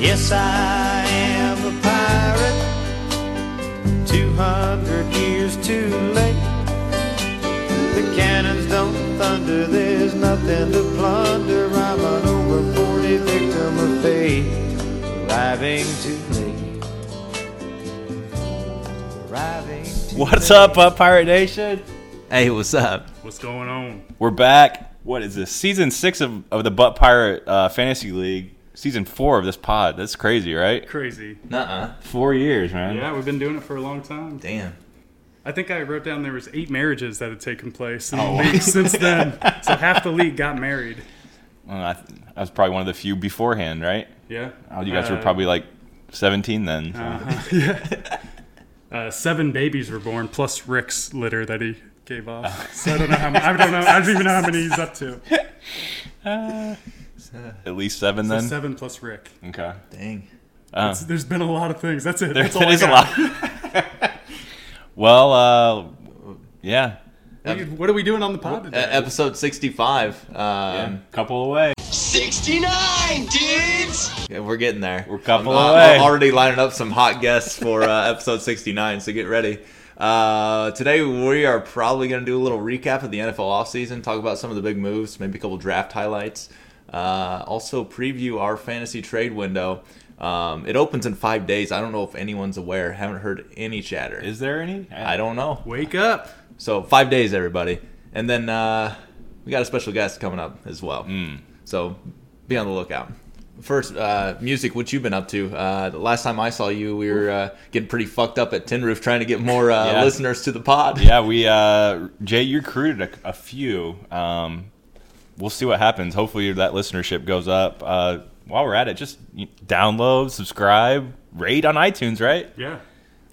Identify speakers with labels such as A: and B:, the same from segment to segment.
A: Yes, I am a pirate, 200 years too late. The cannons don't thunder, there's nothing to plunder. I'm an over 40 victim of fate, arriving too late. Arriving too
B: What's up, Up Pirate Nation?
C: Hey, what's up?
D: What's going on?
B: We're back. What is this? Season six of, of the Butt Pirate uh, Fantasy League. Season four of this pod. That's crazy, right?
D: Crazy.
C: Nuh-uh.
B: Four years, man.
D: Yeah, we've been doing it for a long time.
C: Damn.
D: I think I wrote down there was eight marriages that had taken place in
B: Oh.
D: the league since then. So half the league got married.
B: Well, I, th- I was probably one of the few beforehand, right?
D: Yeah.
B: Oh, you guys
D: Uh,
B: were probably like 17 then. so.
D: uh, seven babies were born plus Rick's litter that he gave off. So I don't know how many, I don't know I don't even know how many he's up to.
B: At least seven
D: So
B: then?
D: seven plus Rick.
B: Okay.
C: Dang.
B: Uh,
D: So there's been a lot of things. That's it. That's all
B: that
D: I
B: is a
D: got.
B: lot. well, uh, yeah.
D: What are you- What are we doing on the
B: E-,
D: pod
C: Uh,
D: today?
C: episode 65. Um,
B: couple away.
E: 69, dudes!
C: yeah, We're getting there.
B: We're a couple
C: I'm, uh, I'm
B: away.
C: already lining up some hot guests for uh, episode 69, so get ready. Uh, today, we are probably going to do a little recap of the NFL offseason, talk about some of the big moves, maybe a couple draft highlights. Uh, also, preview our fantasy trade window. Um, it opens in five days. I don't know if anyone's aware. Haven't heard any chatter.
B: Is there any?
C: I don't know.
D: Wake up.
C: So five days, everybody, and then uh, we got a special guest coming up as well.
B: Hmm.
C: So be on the lookout. First, uh, music. What you been up to? Uh, the last time I saw you, we were uh, getting pretty fucked up at Tin Roof, trying to get more uh,
B: Yeah.
C: listeners to the pod.
B: yeah, we uh, Jay, you recruited a, a few. Um, we'll see what happens. Hopefully, that listenership goes up. Uh, while we're at it, just you- download, subscribe, rate on iTunes. Right
D: Yeah.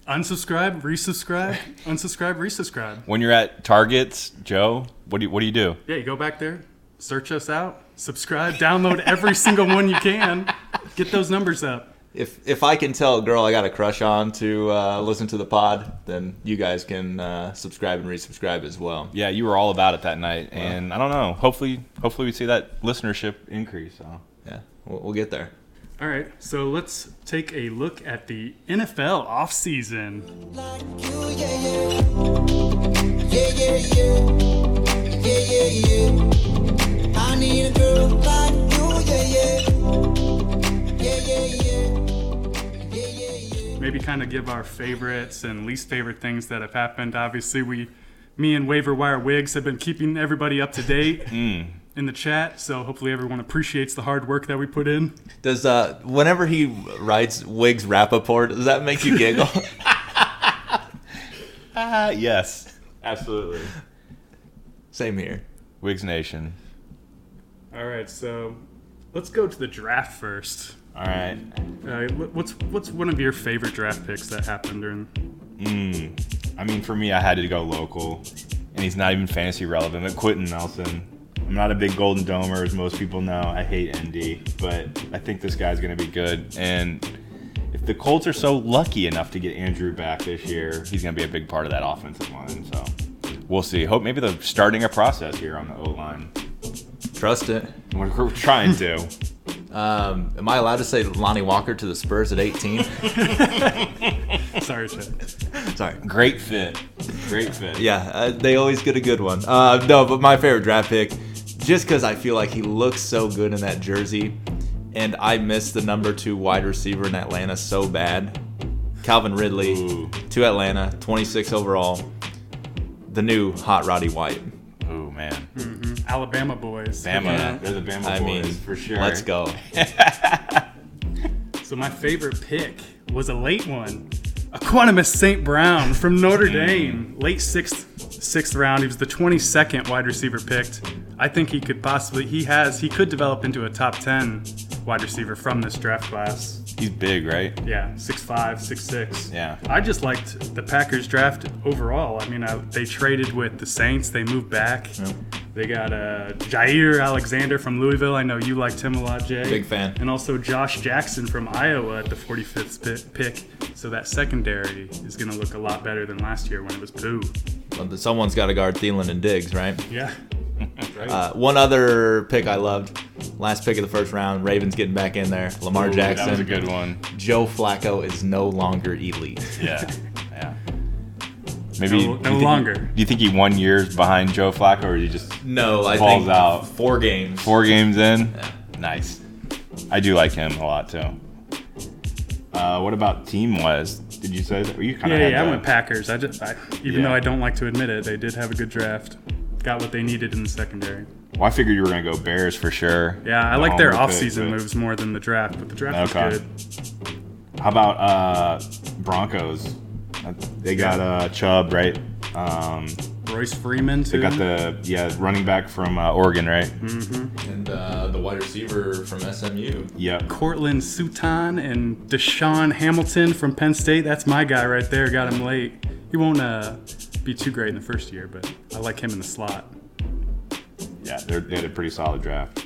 D: Unsubscribe, resubscribe, unsubscribe, resubscribe.
B: when you're at Targets, Joe, what do you, what do you do?
D: Yeah, you go back there, search us out, subscribe, download every single one you can, get those numbers up.
C: If if I can tell a girl I got a crush on to uh, listen to the pod, then you guys can uh, subscribe and resubscribe as well.
B: Yeah, you were all about it that night, and I don't know. Hopefully, hopefully we see that listenership increase. So.
C: Yeah, we'll, we'll get there.
D: All right, so let's take a look at the NFL offseason.
E: Like you, yeah, yeah. Yeah, yeah, yeah. Yeah, yeah, yeah. I need a girl like you, yeah, yeah. Yeah, yeah, yeah. Yeah, yeah, yeah.
D: Maybe kind of give our favorites and least favorite things that have happened. Obviously, we, me and Waiver Wire Wigs have been keeping everybody up to date in the chat, so hopefully everyone appreciates the hard work that we put in.
C: Does uh, whenever he rides Wiggs Rappaport, does that make you giggle?
B: Ah, yes, absolutely.
C: Same here.
B: Wigs Nation.
D: All right, so let's go to the draft first.
B: All right.
D: All right, wh- what's what's one of your favorite draft picks that happened during
B: Hmm. I mean, for me, I had to go local, and he's not even fantasy relevant. But Quentin Nelson, I'm not a big Golden Domer, as most people know. I hate ND, but I think this guy's going to be good. And if the Colts are so lucky enough to get Andrew back this year, he's going to be a big part of that offensive line. So we'll see. Hope maybe they're starting a process here on the O line.
C: Trust it.
B: We're, we're trying to.
C: Um, am I allowed to say Lonnie Walker to the Spurs at 18?
D: Sorry, Chad.
C: Sorry.
B: Great fit. Great fit.
C: Yeah, uh, they always get a good one. Uh, no, but my favorite draft pick, just because I feel like he looks so good in that jersey, and I miss the number two wide receiver in Atlanta so bad. Calvin Ridley
B: Ooh.
C: to Atlanta, 26 overall. The new hot Roddy White.
B: Oh man.
D: Alabama boys.
B: Bama.
C: Hmm. Yeah.
B: They're the Bama
C: I
B: boys
C: mean,
B: for sure.
C: Let's go.
D: So my favorite pick was a late one. Equanimous St. Brown from Notre Dame. Late sixth sixth round. He was the 22nd wide receiver picked. I think he could possibly he has he could develop into a top 10 wide receiver from this draft class.
B: He's big, right?
D: Yeah, six five, six six.
B: Yeah.
D: I just liked the Packers draft overall. I mean, I, they traded with the Saints. They moved back. They got uh, Jair Alexander from Louisville. I know you liked him a lot, Jay.
C: Big fan.
D: And also Josh Jackson from Iowa at the 45th pi- pick. So that secondary is going to look a lot better than last year when it was poo.
C: Someone's got to guard Thielen and Diggs, right?
D: Yeah.
C: Uh, one other pick I loved, Last pick of the first round. Ravens getting back in there. Lamar Jackson.
B: That was a good one.
C: Joe Flacco is no longer elite.
B: Yeah. yeah. Maybe
D: No,
B: do you
D: no
B: think-
D: longer.
B: Do you think he won years behind Joe Flacco, or did he just
C: No, I
B: Falls
C: think
B: out.
C: four games.
B: four games in? Nice. I do like him a lot too. Uh, what about team wise? Did you say that? You kind of
D: Yeah,
B: had
D: yeah, I
B: that.
D: went Packers. I just, I, even
B: Yeah.
D: though I don't like to admit it, they did have a good draft. Got what they needed in the secondary.
B: Well, I figured you were gonna go Bears for sure.
D: Yeah, I
B: The
D: like their
B: homer pick,
D: offseason
B: but-
D: moves more than the draft, but the draft
B: Okay.
D: was good.
B: How about uh, Broncos? Uh, They got uh, Chubb, right? Um,
D: Royce Freeman too.
B: they got the yeah running back from uh, Oregon, right?
D: Mm-hmm.
C: And uh, the wide receiver from SMU.
B: Yep.
D: Cortland Sutton and Deshaun Hamilton from Penn State. That's my guy right there. Got him late. He won't uh, be too great in the first year, but I like him in the slot.
B: Yeah, they're, they had a pretty solid draft.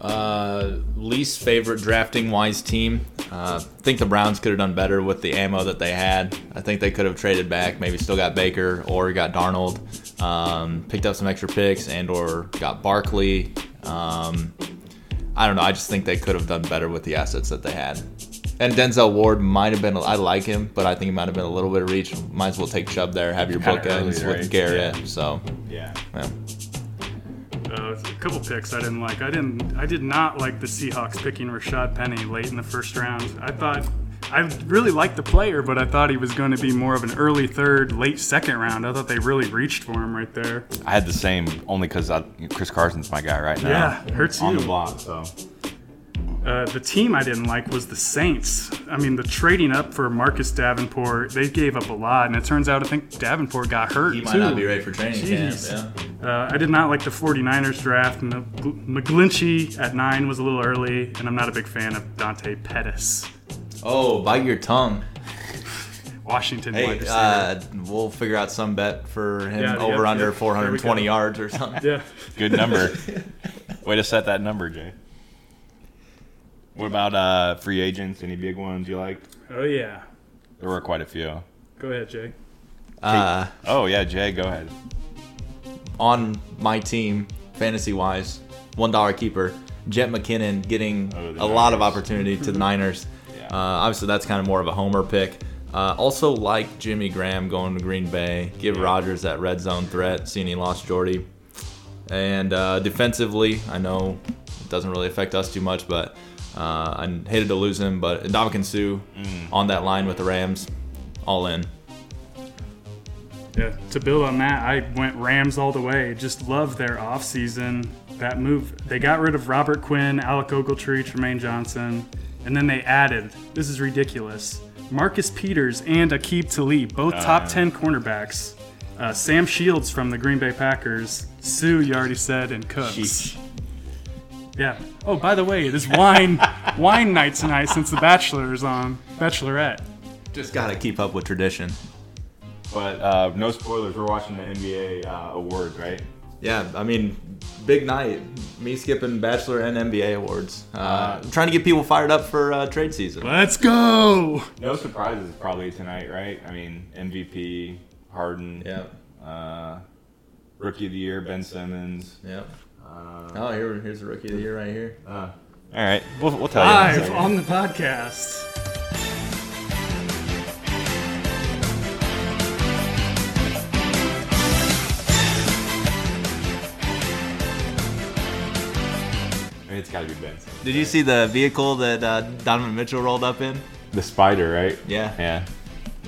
C: Uh, least favorite drafting wise team. Uh, I think the Browns could have done better with the ammo that they had. I think they could have traded back, maybe still got Baker or got Darnold, um, picked up some extra picks and or got Barkley. Um, I don't know. I just think they could have done better with the assets that they had. And Denzel Ward might have been. I like him, but I think he might have been a little bit of reach. Might as well take Chubb there. Have your
B: Kinda
C: bookends
B: early,
C: with
B: right?
C: Garrett. So,
B: Yeah.
C: yeah.
D: Uh, a couple picks I didn't like. I didn't. I did not like the Seahawks picking Rashad Penny late in the first round. I thought I really liked the player, but I thought he was going to be more of an early third, late second round. I thought they really reached for him right there.
B: I had the same only because Chris Carson's my guy right now.
D: Yeah, hurts
B: on
D: you.
B: the block. So
D: Uh, the team I didn't like was the Saints. I mean, the trading up for Marcus Davenport, they gave up a lot, and it turns out I think Davenport got hurt too.
C: ready for training
D: Jeez. Uh, I did not like the 49ers draft, and the Gl- McGlinchey at nine was a little early, and I'm not a big fan of Dante Pettis,
C: Oh, bite your tongue.
D: Washington wide
C: Hey,
D: receiver.
C: uh, we'll figure out some bet for him
D: Yeah,
C: over
D: yeah,
C: under
D: yeah. There we
C: 420
D: go.
C: yards or something.
D: yeah,
B: good number. Way to set that number, Jay. What about uh, free agents? Any big ones you liked?
D: oh yeah.
B: There were quite a few.
D: Go ahead, Jay.
C: Uh,
B: Oh yeah, Jay, go ahead.
C: on my team, fantasy wise, one dollar keeper, Jet McKinnon getting
B: Oh, the
C: a lot of
B: Niners.
C: opportunity to the Niners.
B: Yeah.
C: Uh, obviously, that's kind of more of a homer pick. Uh, also, like Jimmy Graham going to Green Bay, give Rodgers that red zone threat, seeing he lost Jordy. And uh, defensively, I know it doesn't really affect us too much, but uh, I hated to lose him. But Dominican Sue on that line with the Rams, all in.
D: Yeah. To build on that, I went Rams all the way. Just love their offseason. That move, they got rid of Robert Quinn, Alec Ogletree, Tremaine Johnson, and then they added this is ridiculous Marcus Peters and Akib Talib, both top 10 cornerbacks. Uh, Sam Shields from the Green Bay Packers, Sue, you already said, and Cooks.
B: Sheesh.
D: Yeah. Oh, by the way, there's wine wine night tonight since The Bachelor is on. Bachelorette.
C: Just got to keep up with tradition.
B: But uh, no spoilers. We're watching the NBA uh, awards, right?
C: Yeah, I mean, big night. Me skipping Bachelor and NBA awards. Uh, trying to get people fired up for uh, trade season.
D: Let's go.
B: No surprises probably tonight, right? I mean, MVP, Harden,
C: Yeah,
B: uh, Rookie of the Year, Ben Simmons.
C: yeah.
B: Uh,
C: oh, here, here's the rookie of the year right here.
B: All right, we'll, we'll tell you. in a
D: Live
B: second.
D: on the podcast.
B: I mean, it's got to be Ben. Simmons.
C: Did you see the vehicle that uh, Donovan Mitchell rolled up in?
B: The Spider, right?
C: Yeah.
B: Yeah.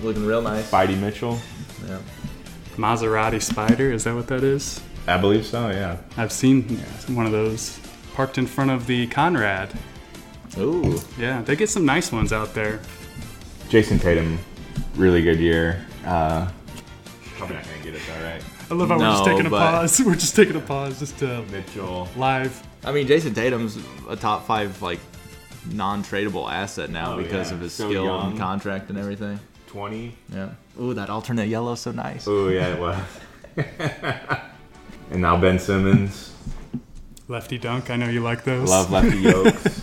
C: Looking real nice.
B: Spidey Mitchell.
C: Yeah.
D: Maserati Spider, is that what that is?
B: I believe so. Yeah.
D: I've seen one of those parked in front of the Conrad.
C: Ooh.
D: Yeah, they get some nice ones out there.
B: Jason Tatum, really good year. Uh, probably not gonna get it though, right?
D: I love how we're just
C: No,
D: taking a
C: but-
D: pause. We're just taking a pause just to
B: Mitchell.
D: live.
C: I mean, Jason Tatum's a top five like non-tradable asset now
B: Oh,
C: because
B: yeah.
C: of his
B: So
C: skill
B: young.
C: and contract and everything.
B: 20.
C: Yeah. Ooh, that alternate yellow's so nice.
B: Oh, yeah, it was. and now Ben Simmons.
D: Lefty dunk, I know you like those.
B: Love Lefty Yokes.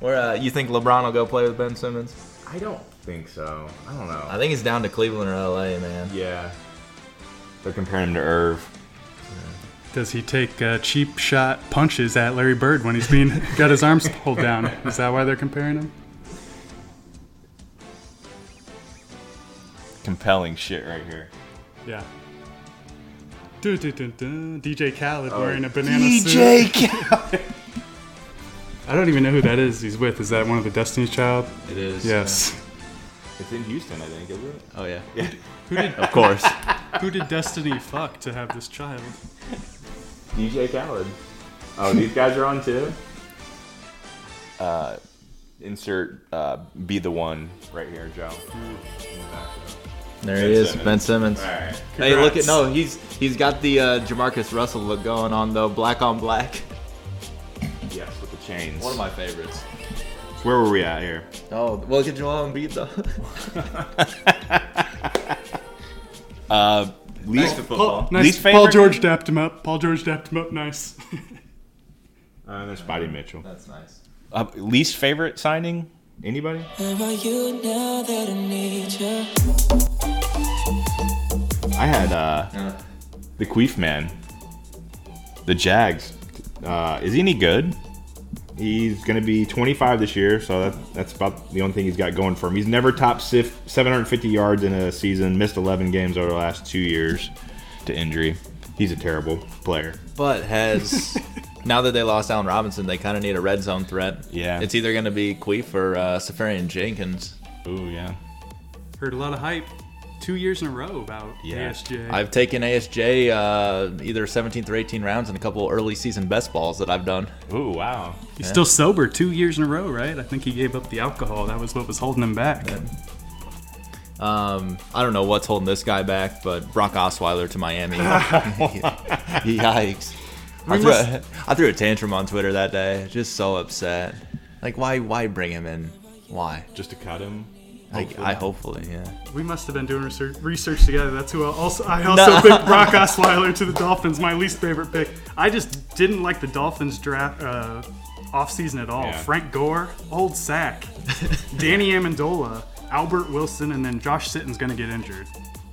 C: Where uh, you think LeBron will go play with Ben Simmons?
B: I don't think so. I don't
C: I
B: know.
C: think he's down to Cleveland or LA, man.
B: Yeah. They're comparing him to Irv.
D: Does he take uh, cheap shot punches at Larry Bird when he's being got his arms pulled down? Is that why they're comparing him?
B: Compelling shit right here.
D: Yeah. Dun, dun, dun, dun. DJ Khaled wearing a banana suit.
B: DJ
D: I don't even know who that is. He's with. Is that one of the Destiny's Child?
C: It is.
D: Yes.
B: It's in Houston, I think, isn't it?
C: Oh yeah.
D: Who did
C: Of course.
D: Who did Destiny fuck to have this child?
B: DJ Khaled. Oh, these guys are on too. Uh, insert uh, be the one right here, Joe.
C: there
B: Ben
C: he is,
B: Simmons.
C: Ben Simmons.
B: All right.
C: Hey, look at
D: Congrats.
C: no, he's he's got the uh, Jamarcus Russell look going on though, black on black.
B: Yes, with the chains.
C: One of my favorites.
B: Where were we at here?
C: Oh, well, look at Joel Embiid though.
B: Uh,
C: Back
B: least
C: to football.
D: Oh, Nice.
B: Least
D: Paul
B: favorite?
D: George dapped him up. Paul George dapped him up. Nice.
B: uh, there's Spotty Mitchell.
C: That's nice.
B: Uh, least favorite signing? Anybody?
E: Where are you now that I need you?
B: I had uh, the Queef Man, the Jags. Uh, is he any good? He's gonna be 25 this year, so that, that's about the only thing he's got going for him. He's never topped sif- 750 yards in a season. Missed 11 games over the last two years to injury. He's a terrible player.
C: But has now that they lost Allen Robinson, they kind of need a red zone threat.
B: Yeah.
C: It's either going to be Queef or uh, Safarian Jenkins.
B: Ooh yeah.
D: Heard a lot of hype two years in a row about
B: Yeah.
D: ASJ.
C: I've taken ASJ uh, either 17th or 18 rounds in a couple early season best balls that I've done.
B: Ooh wow.
D: He's still sober two years in a row, right? I think he gave up the alcohol. That was what was holding him back.
C: Um, I don't know what's holding this guy back, but Brock Osweiler to Miami. Yikes. I threw, a, I threw a tantrum on Twitter that day. Just so upset. Like, why why bring him in? Why?
B: Just to cut him.
C: I, I hopefully, yeah.
D: We must have been doing research, research together. That's who I also I also picked Brock Osweiler to the Dolphins. My least favorite pick. I just didn't like the Dolphins draft uh, offseason at all.
B: Yeah.
D: Frank Gore, old sack, Danny Amendola, Albert Wilson, and then Josh Sitton's going to get injured.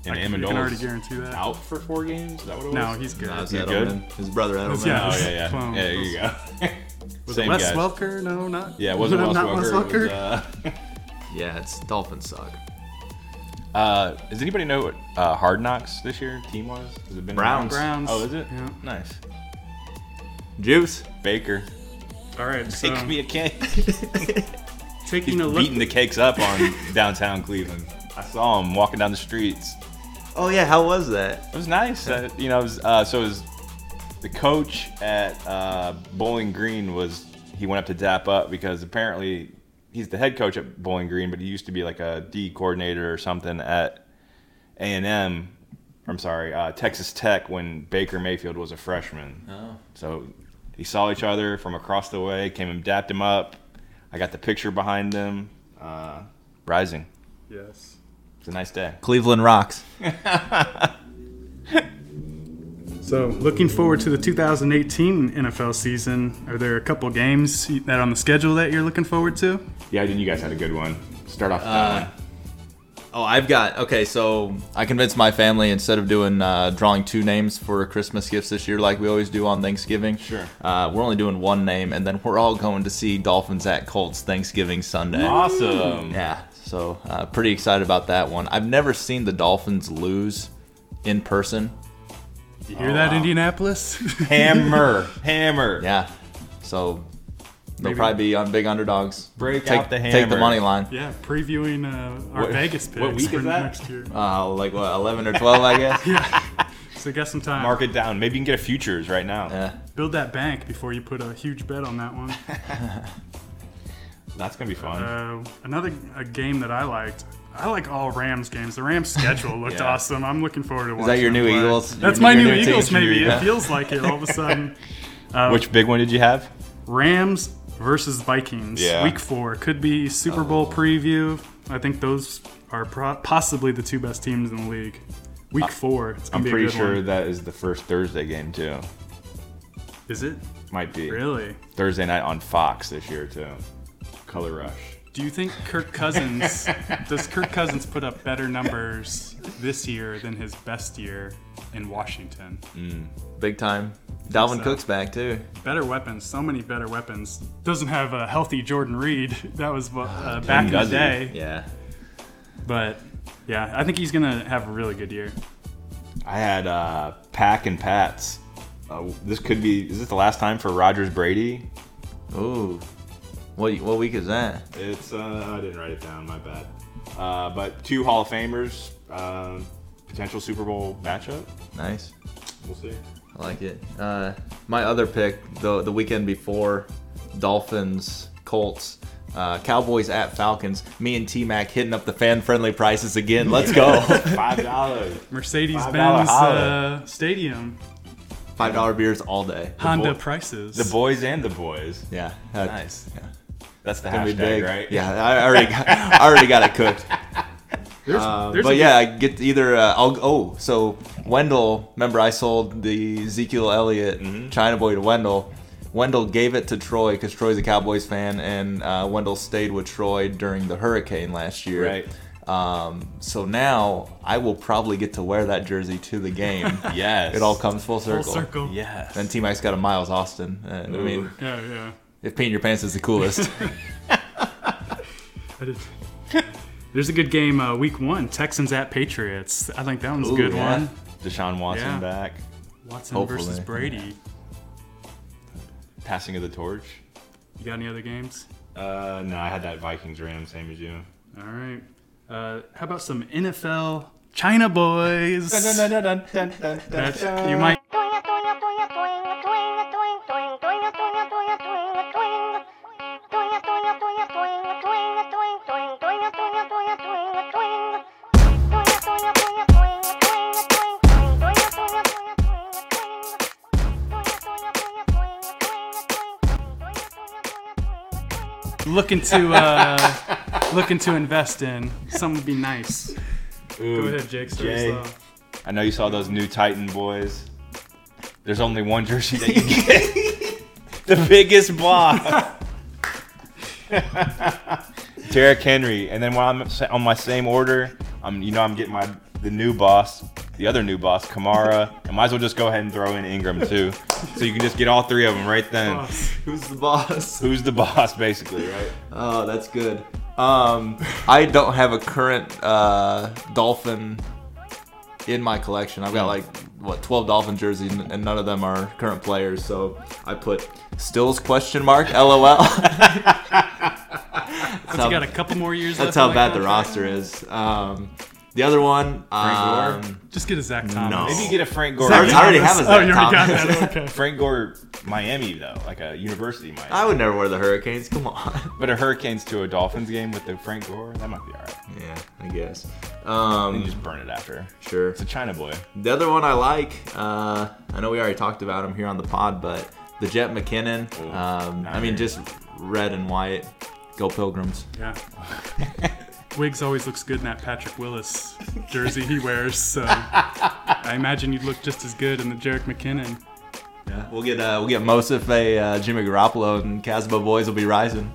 B: And
D: I, you
B: Amendola's
D: can already guarantee that.
B: out for four games. Is that what it was?
D: No, he's good.
C: That was
B: You
C: Edelman. His brother Edelman.
D: Yeah.
B: Oh yeah yeah.
D: Clown.
B: Yeah, there you go.
D: was
B: Same
D: it Wes
B: guys.
D: Welker? No, not.
B: Yeah, it wasn't Wes
D: not
B: Welker.
D: Wes
B: it was,
D: Welker.
B: uh,
C: Yeah, it's Dolphins suck.
B: Uh, does anybody know what uh, Hard Knocks this year team was? Has it been
C: Browns.
D: Browns.
B: Oh, is it?
D: Yeah.
B: Nice.
C: Juice.
B: Baker,
D: All right, so
B: uh, take me a cake.
D: taking
B: He's
D: a look.
B: beating the cakes up on downtown Cleveland. I saw him walking down the streets.
C: Oh yeah, how was that?
B: It was nice. Uh, you know, it was, uh, so it was the coach at uh, Bowling Green was he went up to dap up because apparently he's the head coach at Bowling Green, but he used to be like a D coordinator or something at A and M. I'm sorry, uh, Texas Tech when Baker Mayfield was a freshman.
C: Oh.
B: So he saw each other from across the way, came and dapped him up. I got the picture behind them. Uh, rising.
D: yes.
B: It's a nice day.
C: Cleveland rocks.
D: So, looking forward to the 2018 NFL season. Are there a couple games that on the schedule that you're looking forward to?
B: Yeah, I think you guys had a good one. Start off with
C: Uh,
B: that one.
C: Oh, I've got okay. So I convinced my family instead of doing uh, drawing two names for Christmas gifts this year, like we always do on Thanksgiving.
B: Sure.
C: Uh, we're only doing one name, and then we're all going to see Dolphins at Colts Thanksgiving Sunday.
B: Awesome.
C: Yeah. So uh, pretty excited about that one. I've never seen the Dolphins lose in person.
D: You hear
C: Oh,
D: that, Indianapolis?
B: Hammer. Hammer.
C: Yeah. So they'll
D: Maybe-
C: probably be on big underdogs.
B: Break
C: take
B: out the
C: Take the
B: hammer.
C: money line.
D: yeah, previewing uh, our
B: What-
D: Vegas picks
B: what week
D: for
B: is that?
D: next year.
C: Uh, like what, eleven or twelve, I guess.
D: So, you got some time.
B: Mark it down. Maybe you can get a futures right now.
C: yeah.
D: Build that bank before you put a huge bet on that one.
B: That's gonna be fun.
D: Uh, another a game that I liked. I like all Rams games. The Rams schedule looked
C: Yeah.
D: awesome. I'm looking forward to watching.
C: Is that your
D: them
C: new
D: play.
C: Eagles?
D: That's
C: Your-
D: my
C: your
D: new
C: new
D: Eagles,
C: team?
D: maybe.
C: Yeah.
D: It feels like it all of a sudden.
B: Which big one did you have?
D: Rams versus Vikings,
B: Yeah. Oh.
D: week four. Could be Super Bowl preview. I think those are pro- possibly the two best teams in the league. Week four. It's
B: I'm
D: gonna be a
B: pretty
D: good
B: sure
D: One.
B: that is the first Thursday game too.
D: Is it
B: Might be
D: really?
B: Thursday night on Fox this year too. Color Rush.
D: Do you think Kirk Cousins does Kirk Cousins put up better numbers this year than his best year in Washington?
C: Big time. Dalvin
D: So,
C: Cook's back too.
D: Better weapons, so many better weapons. Doesn't have a healthy Jordan Reed. That was what, uh, back in the
B: doesn't.
D: day.
C: Yeah.
D: But yeah, I think he's gonna have a really good year.
B: I had uh, Pack and Pats. Uh, this could be. Is this the last time for Rogers Brady?
C: Ooh. What what week is that?
B: It's. Uh, I didn't write it down. My bad. Uh, but two Hall of Famers, uh, potential Super Bowl matchup.
C: Nice.
B: We'll see.
C: I like it. Uh, my other pick, the the weekend before, Dolphins, Colts, uh, Cowboys at Falcons. Me and T Mac hitting up the fan friendly prices again. Let's go.
B: Five dollars.
D: Mercedes
B: $5
D: Benz
B: holla.
D: uh, Stadium,
C: Five dollar beers all day. The
D: Honda
C: boy-
D: prices.
B: the boys and the boys.
C: yeah. Uh,
B: Nice.
C: Yeah.
B: That's the
C: Gonna be
B: hashtag,
C: big.
B: right?
C: Yeah. I already got, I already got it cooked.
D: There's- there's
C: but
D: a-
C: yeah, I get either. Uh, I'll oh, so Wendell. Remember, I sold the Ezekiel Elliott
B: Mm-hmm.
C: China Boy to Wendell. Wendell gave it to Troy because Troy's a Cowboys fan, and uh, Wendell stayed with Troy during the hurricane last year.
B: Right.
C: Um, so now I will probably get to wear that jersey to the game.
B: Yes.
C: it all comes full circle.
D: full circle.
B: Yes.
C: And T Mac's got a Miles Austin. Uh, I mean,
D: Yeah, yeah.
C: if peeing your pants is the coolest.
D: I did- There's a good game uh, week one, Texans at Patriots. I think that one's a good
C: yeah.
D: one.
B: Deshaun Watson
D: Yeah.
B: back.
D: Watson
C: Hopefully,
D: versus Brady.
B: Passing of the torch.
D: You got any other games?
B: Uh, no, I had that Vikings Rams same as you.
D: All right. Uh, how about some NFL China boys? That's- you might looking to uh, looking to invest in. Some would be nice.
B: Ooh,
D: Go ahead, Jake. Start us
B: Jay,
D: off.
B: I know you saw those new Titan boys. There's only one jersey that you get. the biggest block. Derrick Henry, and then while I'm sa- on my same order, I'm you know I'm getting my the new boss, the other new boss, Kamara. I might as well just go ahead and throw in Ingram too, so you can just get all three of them right then.
D: Boss.
C: Who's the boss?
B: Who's the boss, basically, right?
C: Oh, that's good. Um, I don't have a current uh, dolphin in my collection.
B: Hmm.
C: I've got like what 12 dolphin jerseys, and and none of them are current players. So I put Stills question mark LOL. that's
D: You
C: how,
D: got a couple more years
C: that's
D: left.
C: how
D: on
C: bad
D: that
C: the
D: contract?
C: roster is. Um, the other one,
B: Frank Gore?
C: um,
D: Just get a Zach Thomas.
B: Maybe you get a Frank Gore.
C: I already- I already have a
D: Oh, you already
C: Zach
D: got
C: Thomas.
D: that. Okay.
B: Frank Gore, Miami though, like a university Miami.
C: I would never wear the Hurricanes. Come on.
B: But a Hurricanes to a Dolphins game with the Frank Gore, that might be all right.
C: yeah, I guess.
B: And you
C: Um,
B: just burn it after.
C: sure.
B: It's a China boy.
C: The other one I like, uh, I know we already talked about him here on the pod, but the Jet McKinnon.
B: Ooh,
C: Um, I mean,
B: nice.
C: just red and white. Go Pilgrims.
D: Yeah. Wiggs always looks good in that Patrick Willis jersey he wears, so I imagine you'd look just as good in the Jarek McKinnon.
C: Yeah. We'll get uh, we'll get Mosif a uh, Jimmy Garoppolo and Casbah boys will be rising.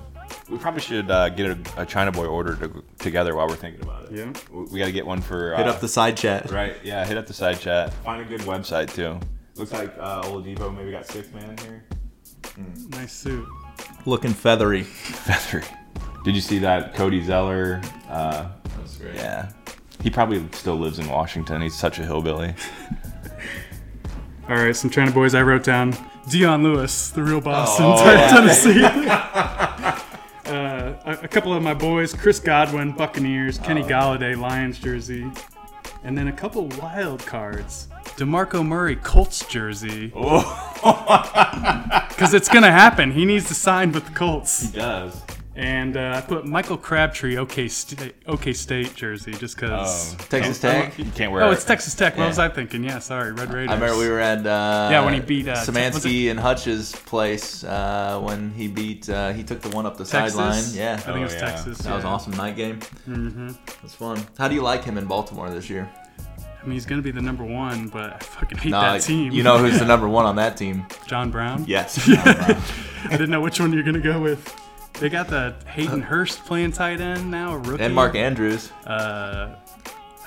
B: We probably should uh, get a, a China boy ordered to, together while we're thinking about it.
D: Yeah.
B: We, we got to get one for. Uh,
C: Hit up the side chat.
B: Right, yeah, hit up the side chat. Find a good website too. Looks like uh, Old Depot maybe got six man here.
D: Nice suit.
C: Looking feathery.
B: Feathery. Did you see that Cody Zeller? Uh,
C: That's great.
B: yeah. He probably still lives in Washington. He's such a hillbilly.
D: All right, some China boys I wrote down. Dion Lewis, the real boss in
C: Oh,
D: Ten-
C: yeah.
D: Tennessee. uh, a, a couple of my boys, Chris Godwin, Buccaneers,
C: Oh.
D: Kenny Galladay, Lions jersey, and then a couple wild cards. DeMarco Murray, Colts jersey. Because it's going to happen. He needs to sign with the Colts.
B: does.
D: And uh, I put Michael Crabtree, OK State, OK State jersey, just
B: Um,
D: because.
C: Texas Tech.
B: You can't wear
D: Oh,
B: it.
D: it's Texas Tech. What
C: Oh. Yeah.
D: was I thinking? Yeah, sorry, Red Raiders.
C: I remember we were at uh,
D: Yeah, when he beat, uh, was
C: Samansky
D: it-
C: and Hutch's place uh, when he beat uh, he took the one up the
D: Texas?
C: sideline.
D: I
C: Yeah,
D: think it was
B: Oh, yeah.
D: Texas.
C: That was an
D: yeah.
C: awesome night game. Mm-hmm. That's fun. How do you like him in Baltimore this year?
D: I mean, he's gonna be the number one, but I fucking hate
C: Nah,
D: that team.
C: You know who's the number one on that team?
D: John Brown.
C: Yes.
D: I didn't know which one you're gonna go with. They got the Hayden Hurst playing tight end now, a rookie.
C: and Mark Andrews.
D: Uh,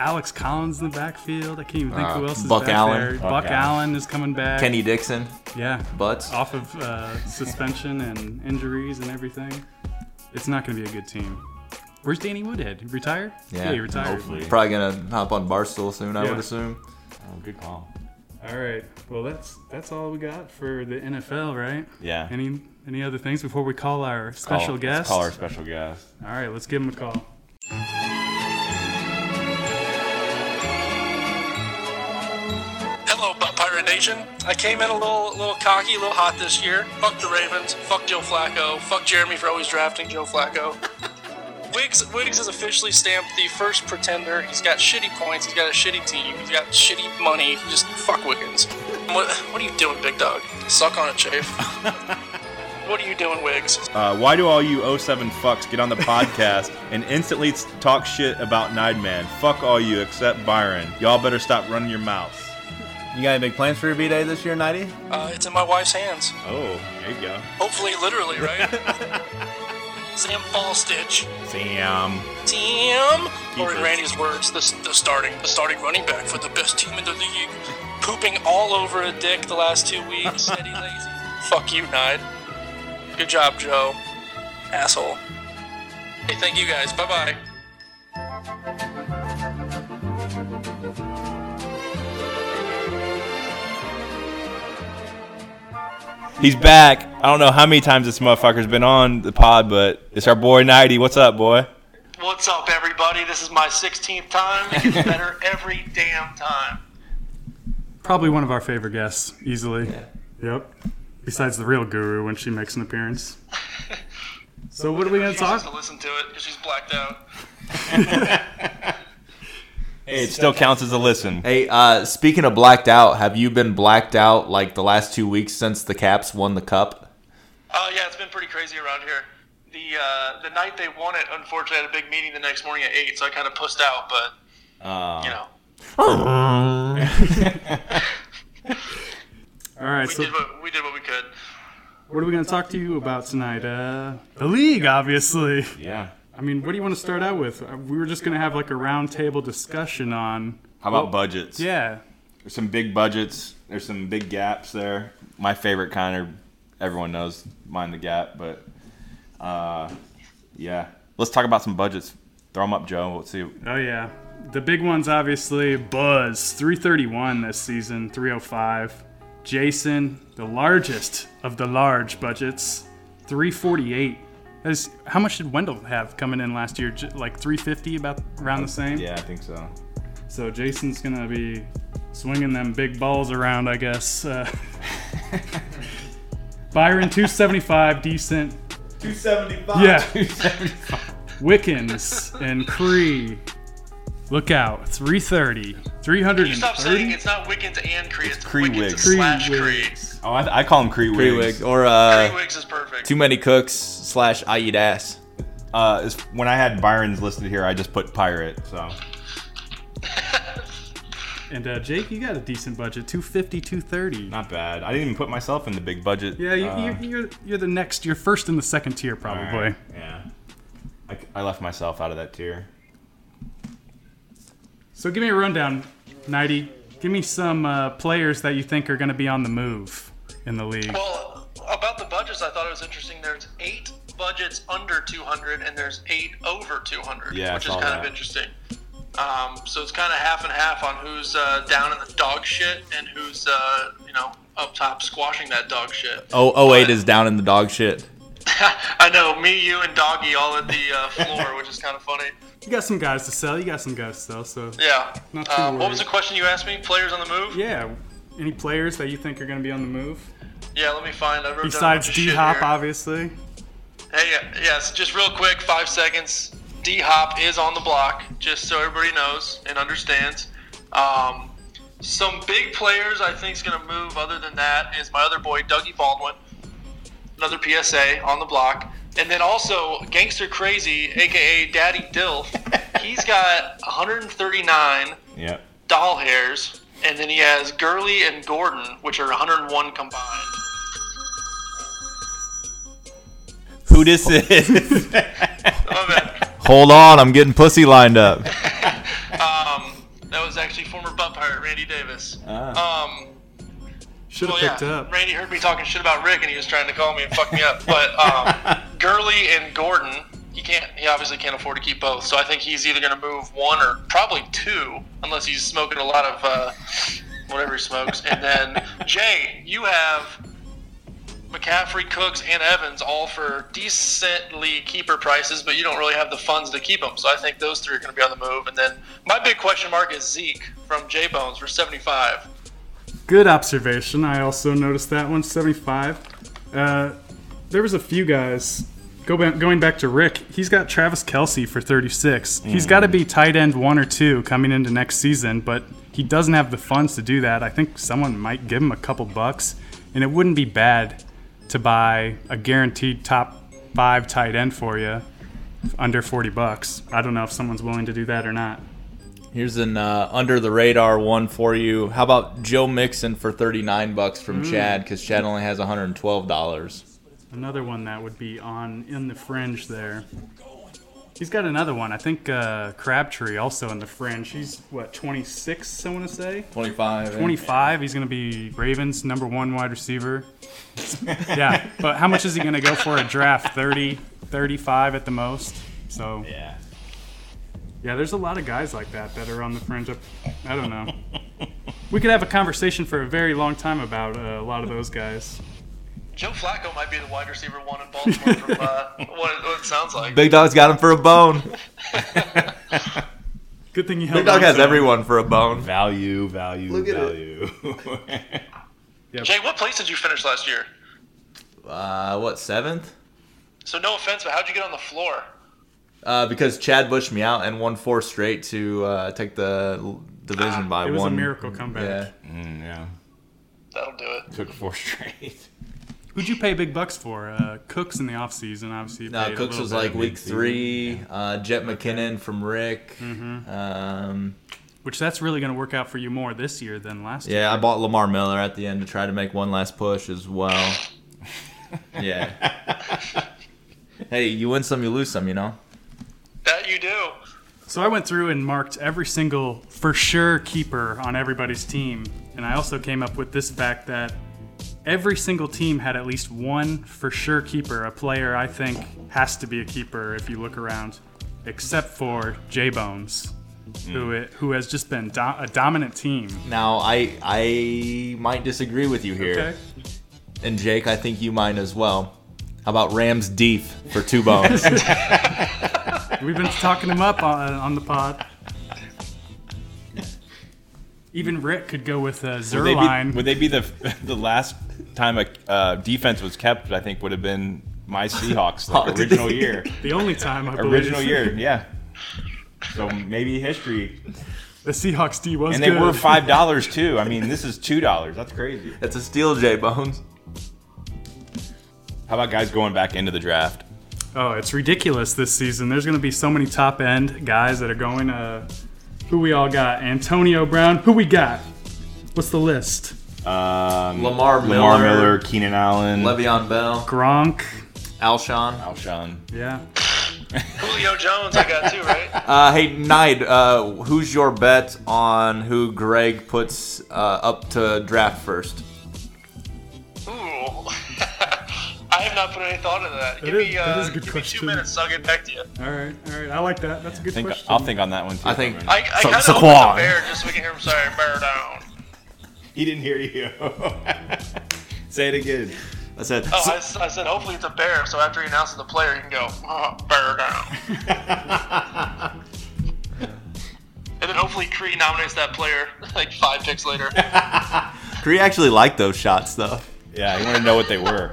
D: Alex Collins in the backfield. I can't even think
C: Uh,
D: who else is
C: Buck
D: back
C: Allen.
D: there.
B: Buck
D: Buck
B: Allen.
D: Allen is coming back.
C: Kenny Dixon,
D: Yeah.
C: Butts.
D: Off of uh, suspension and injuries and everything. It's not going to be a good team. Where's Danny Woodhead? Retired?
C: Yeah,
D: he retired.
B: hopefully.
C: Probably gonna hop on Barstool soon, I
D: Yeah.
C: would assume.
B: Oh, good call.
D: All right. Well, that's that's all we got for the NFL, right?
B: Yeah.
D: Any any other things before we call our
B: Call-
D: special
B: let's
D: guest?
B: Call our special guest.
D: All right, let's give him a call.
F: Hello, Butt Pirate Nation. I came in a little, little cocky, a little hot this year. Fuck the Ravens. Fuck Joe Flacco. Fuck Jeremy for always drafting Joe Flacco. Wiggs, Wiggs is officially stamped the first pretender. He's got shitty points. He's got a shitty team. He's got shitty money. Just fuck Wiggins. What, what are you doing, big dog? Suck on it, Chafe. what are you doing, Wiggs?
B: Uh, why do all you 07 fucks get on the podcast and instantly s- talk shit about Nideman? Fuck all you except Byron. Y'all better stop running your mouths.
C: You got any big plans for your B day this year, Nighty?
F: Uh, it's in my wife's hands.
B: Oh, there you go.
F: Hopefully, literally, right? Sam Ball Stitch.
B: Sam.
F: Damn.
B: Keep
F: Or
B: it.
F: in Randy's words, the, the starting the starting running back for the best team in the league, pooping all over a dick the last two weeks. Steady lazy. Fuck you, Nide. Good job, Joe. Asshole. Hey, thank you guys. Bye bye.
B: He's back. I don't know how many times this motherfucker's been on the pod, but it's our boy Nighty. What's up, boy?
G: What's up, everybody? This is my 16th time. It gets better every damn time.
D: Probably one of our favorite guests, easily. Yep. Besides the real guru when she makes an appearance. so what are we gonna
G: She has to
D: talk?
G: listen to it 'cause she's blacked out.
B: Hey, it still counts as a listen.
C: Hey, uh, speaking of blacked out, have you been blacked out like the last two weeks since the Caps won the Cup?
G: Oh yeah, it's been pretty crazy around here. The uh, the night they won it, unfortunately, I had a big meeting the next morning at eight, so I kind of pussed out. But you know,
D: All right.
G: we
D: So
G: did what we did what we could.
D: what are we gonna talk to you about tonight? Uh, the league, obviously.
B: Yeah.
D: I mean, what do you want to start out with? Uh, We were just gonna have like a roundtable discussion on.
B: How about budgets?
D: Yeah.
B: There's some big budgets. There's some big gaps there. My favorite kind are everyone knows mind the gap, but uh, yeah. Let's talk about some budgets. Throw them up, Joe. Let's see.
D: Oh yeah. The big ones obviously Buzz, 331 this season, 305. Jason, the largest of the large budgets, 348. That is how much did Wendell have coming in last year? J- Like 350 about around the same.
B: Yeah, I think so.
D: So Jason's going to be swinging them big balls around, I guess. Uh, Byron 275 decent.
B: 275.
D: Yeah. Wiccans and Cree. Look out. 330.
G: You stop saying
D: 330.
G: it's not Wiggins and Cree. It's,
B: Cree
G: Wiggins
B: Wiggs.
G: slash Cree.
B: Oh, I, I call him Cree Wigs.
C: Pre-wig or
G: Cree
C: uh,
G: Wiggs is perfect.
C: too many cooks slash I eat ass.
B: Uh, it's- when I had Byron's listed here, I just put pirate. So
D: And uh, Jake, you got a decent budget. 250, 230.
B: not bad. I didn't even put myself in the big budget.
D: yeah, you, oh,
B: uh,
D: you, you're, you're the next. You're first in the second tier,
B: all
D: probably.
B: right, Yeah. I, I left myself out of that tier.
D: So give me a rundown, Nighty. Give me some uh, players that you think are going to be on the move in the league.
G: Well, about the budgets, I thought it was interesting. There's eight budgets under 200, and there's eight over 200,
B: Yeah, I
G: which is
B: saw
G: kind of
B: that.
G: interesting. Um, so it's kind of half and half on who's uh, down in the dog shit and who's uh, you know up top squashing that dog shit.
C: Oh, 08 is down in the dog shit.
G: I know, me, you, and Doggy all at the uh, floor, which is kind of funny.
D: You got some guys to sell. You got some guys to sell. So
G: Yeah.
D: Not too
G: Um, what was
D: worried.
G: the question you asked me? Players on the move?
D: yeah, any players that you think are going to be on the move
G: Yeah, let me find. I wrote down a
D: besides
G: bunch of shit
D: D Hop,
G: here.
D: obviously?
G: Hey, uh, yes, just real quick, five seconds. D Hop is on the block, just so everybody knows and understands. Um, some big players I think is going to move, other than that, is my other boy, Dougie Baldwin, another PSA on the block. And then also, Gangster Crazy, aka Daddy Dilf, he's got 139
B: Yep.
G: doll hairs, and then he has Gurley and Gordon, which are 101 combined.
B: Who this is?
G: Oh, man.
C: Hold on, I'm getting pussy lined up.
G: Um, Um,
D: Should have
G: Well,
D: picked
G: yeah,
D: up.
G: Randy heard me talking shit about Rick, and he was trying to call me and fuck me up. But um, Gurley and Gordon, he can't. He obviously can't afford to keep both. So I think he's either going to move one or probably two, unless he's smoking a lot of uh, whatever he smokes. And then Jay, you have McCaffrey, Cooks, and Evans all for decently keeper prices, but you don't really have the funds to keep them. So I think those three are going to be on the move. And then my big question mark is Zeke from J Bones for seventy-five.
D: Good observation. I also noticed that one, 75. Uh, there was a few guys. Go back, going back to Rick, he's got Travis Kelsey for 36. He's got to be tight end one or two coming into next season, but he doesn't have the funds to do that. I think someone might give him a couple bucks, and it wouldn't be bad to buy a guaranteed top five tight end for you under 40 bucks. I don't know if someone's willing to do that or not.
C: Here's an uh, under the radar one for you. How about Joe Mixon for 39 bucks
D: Mm.
C: from Chad cuz Chad only has 112 dollars.
D: Another one that would be on in the fringe there. He's got another one. I think uh, Crabtree also in the fringe. He's what 26? I want to say
C: 25. eh?
D: 25. He's going to be Ravens number one wide receiver. yeah, but how much is he going to go for a draft? 30, 35 at the most. So
B: Yeah.
D: yeah, there's a lot of guys like that that are on the fringe. Up, I don't know. We could have a conversation for a very long time about uh, a lot of those guys.
G: Joe Flacco might be the wide receiver one in Baltimore from uh, what, it, what it sounds like.
C: Big Dog's got him for a bone.
D: Good thing you held
C: Big Dog
D: on
C: has
D: to him.
C: everyone for a bone.
B: Value, value,
C: Look at
B: value.
G: Jay, what place did you finish last year?
C: Uh, what, 7th?
G: So no offense, but how'd you get on the floor?
C: Uh, because Chad bushed me out and won four straight to uh, take the l- division by
D: Ah, it was a
C: one.
D: miracle comeback.
C: Yeah.
B: Mm, yeah.
G: That'll do it.
B: Took four straight.
D: Who'd you pay big bucks for? Uh, Cooks in the offseason, obviously. you
C: No,
D: paid a
C: Cooks
D: little
C: was
D: bit.
C: like week
B: season,
C: three. Uh, Jet McKinnon from Rick.
D: Mm-hmm.
C: Um,
D: Which that's really going to work out for you more this year than last year.
C: yeah, I bought Lamar Miller at the end to try to make one last push as well. yeah. hey, you win some, you lose some, you know?
G: That you do.
D: So I went through and marked every single for sure keeper on everybody's team. And I also came up with this fact that every single team had at least one for sure keeper, a player I think has to be a keeper if you look around, except for J Bones,
C: Hmm.
D: who, it, who has just been do- a dominant team.
C: Now, I, I might disagree with you here.
D: Okay.
C: And Jake, I think you might as well. How about Rams Deef for two bones?
D: We've been talking him up on, on the pod. Even Rick could go with uh,
B: Would they,
D: Zerline.
B: be, would they be the the last time a uh, defense was kept? I think would have been my Seahawks like,
C: Oh, did
B: original
C: they-
B: year.
D: the only time I believe
B: Original year, yeah. So maybe history,
D: the Seahawks D was
B: and they
D: good.
B: were five dollars too. I mean, this is two dollars. That's crazy.
C: That's a steal, J Bones.
B: How about guys going back into the draft?
D: Oh, it's ridiculous this season. There's going to be so many top end guys that are going. Uh, who we all got? Antonio Brown. Who we got? What's the list?
B: Um,
C: Lamar
B: Lamar
C: Miller.
B: Miller, Keenan Allen,
C: Le'Veon Bell,
D: Gronk.
C: Alshon.
B: Alshon.
D: Yeah.
G: Julio Jones, I got too, right?
C: Uh, hey, Knight, uh, who's your bet on who Greg puts uh, up to draft first?
G: Ooh. I have not put any thought into that. Give
D: That is-
G: me,
D: that
G: uh,
D: is a good
G: give
D: question.
G: me two minutes, I'll get back to you.
D: All right. All right. I like that. That's a good
B: Think
D: question.
B: I'll think on that one too.
C: I think-
G: I, I
C: So-
G: kind of
C: so
G: so
C: Quan.
G: the bear just so we can hear him say bear down.
B: he didn't hear you. Say it again.
C: I said,
G: Oh, I, s- I said hopefully it's a bear. So after he announces the player, you can go "Uh, bear down. and then hopefully Cree nominates that player like five picks later.
C: Kree actually liked those shots, though.
B: Yeah, I want to know what they were.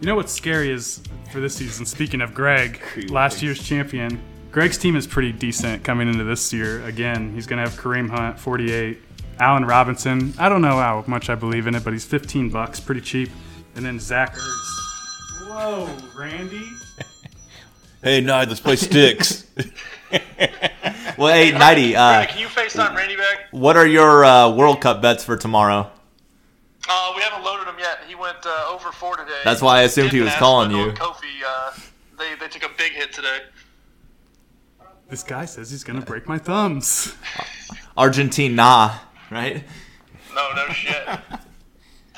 D: You know what's scary is for this season. Speaking of Greg,
B: Creep.
D: last year's champion, Greg's team is pretty decent coming into this year. Again, he's going to have Kareem Hunt, 48, Allen Robinson. I don't know how much I believe in it, but he's 15 bucks, pretty cheap. And then Zach Ertz. Whoa, Randy.
B: Hey, no, this place sticks.
C: Well, hey, Knighty,
G: Cree,
C: uh,
G: can you FaceTime Randy back?
C: what are your uh, World Cup bets for tomorrow?
G: Uh, we haven't loaded him yet. He went uh, over four today.
C: That's why I assumed he was
G: Didn't ask
C: calling
G: Wendell
C: you.
G: and Kofi, uh, they they took a big hit today.
D: This guy says he's going to break my thumbs.
C: Argentina, right?
G: No, no shit.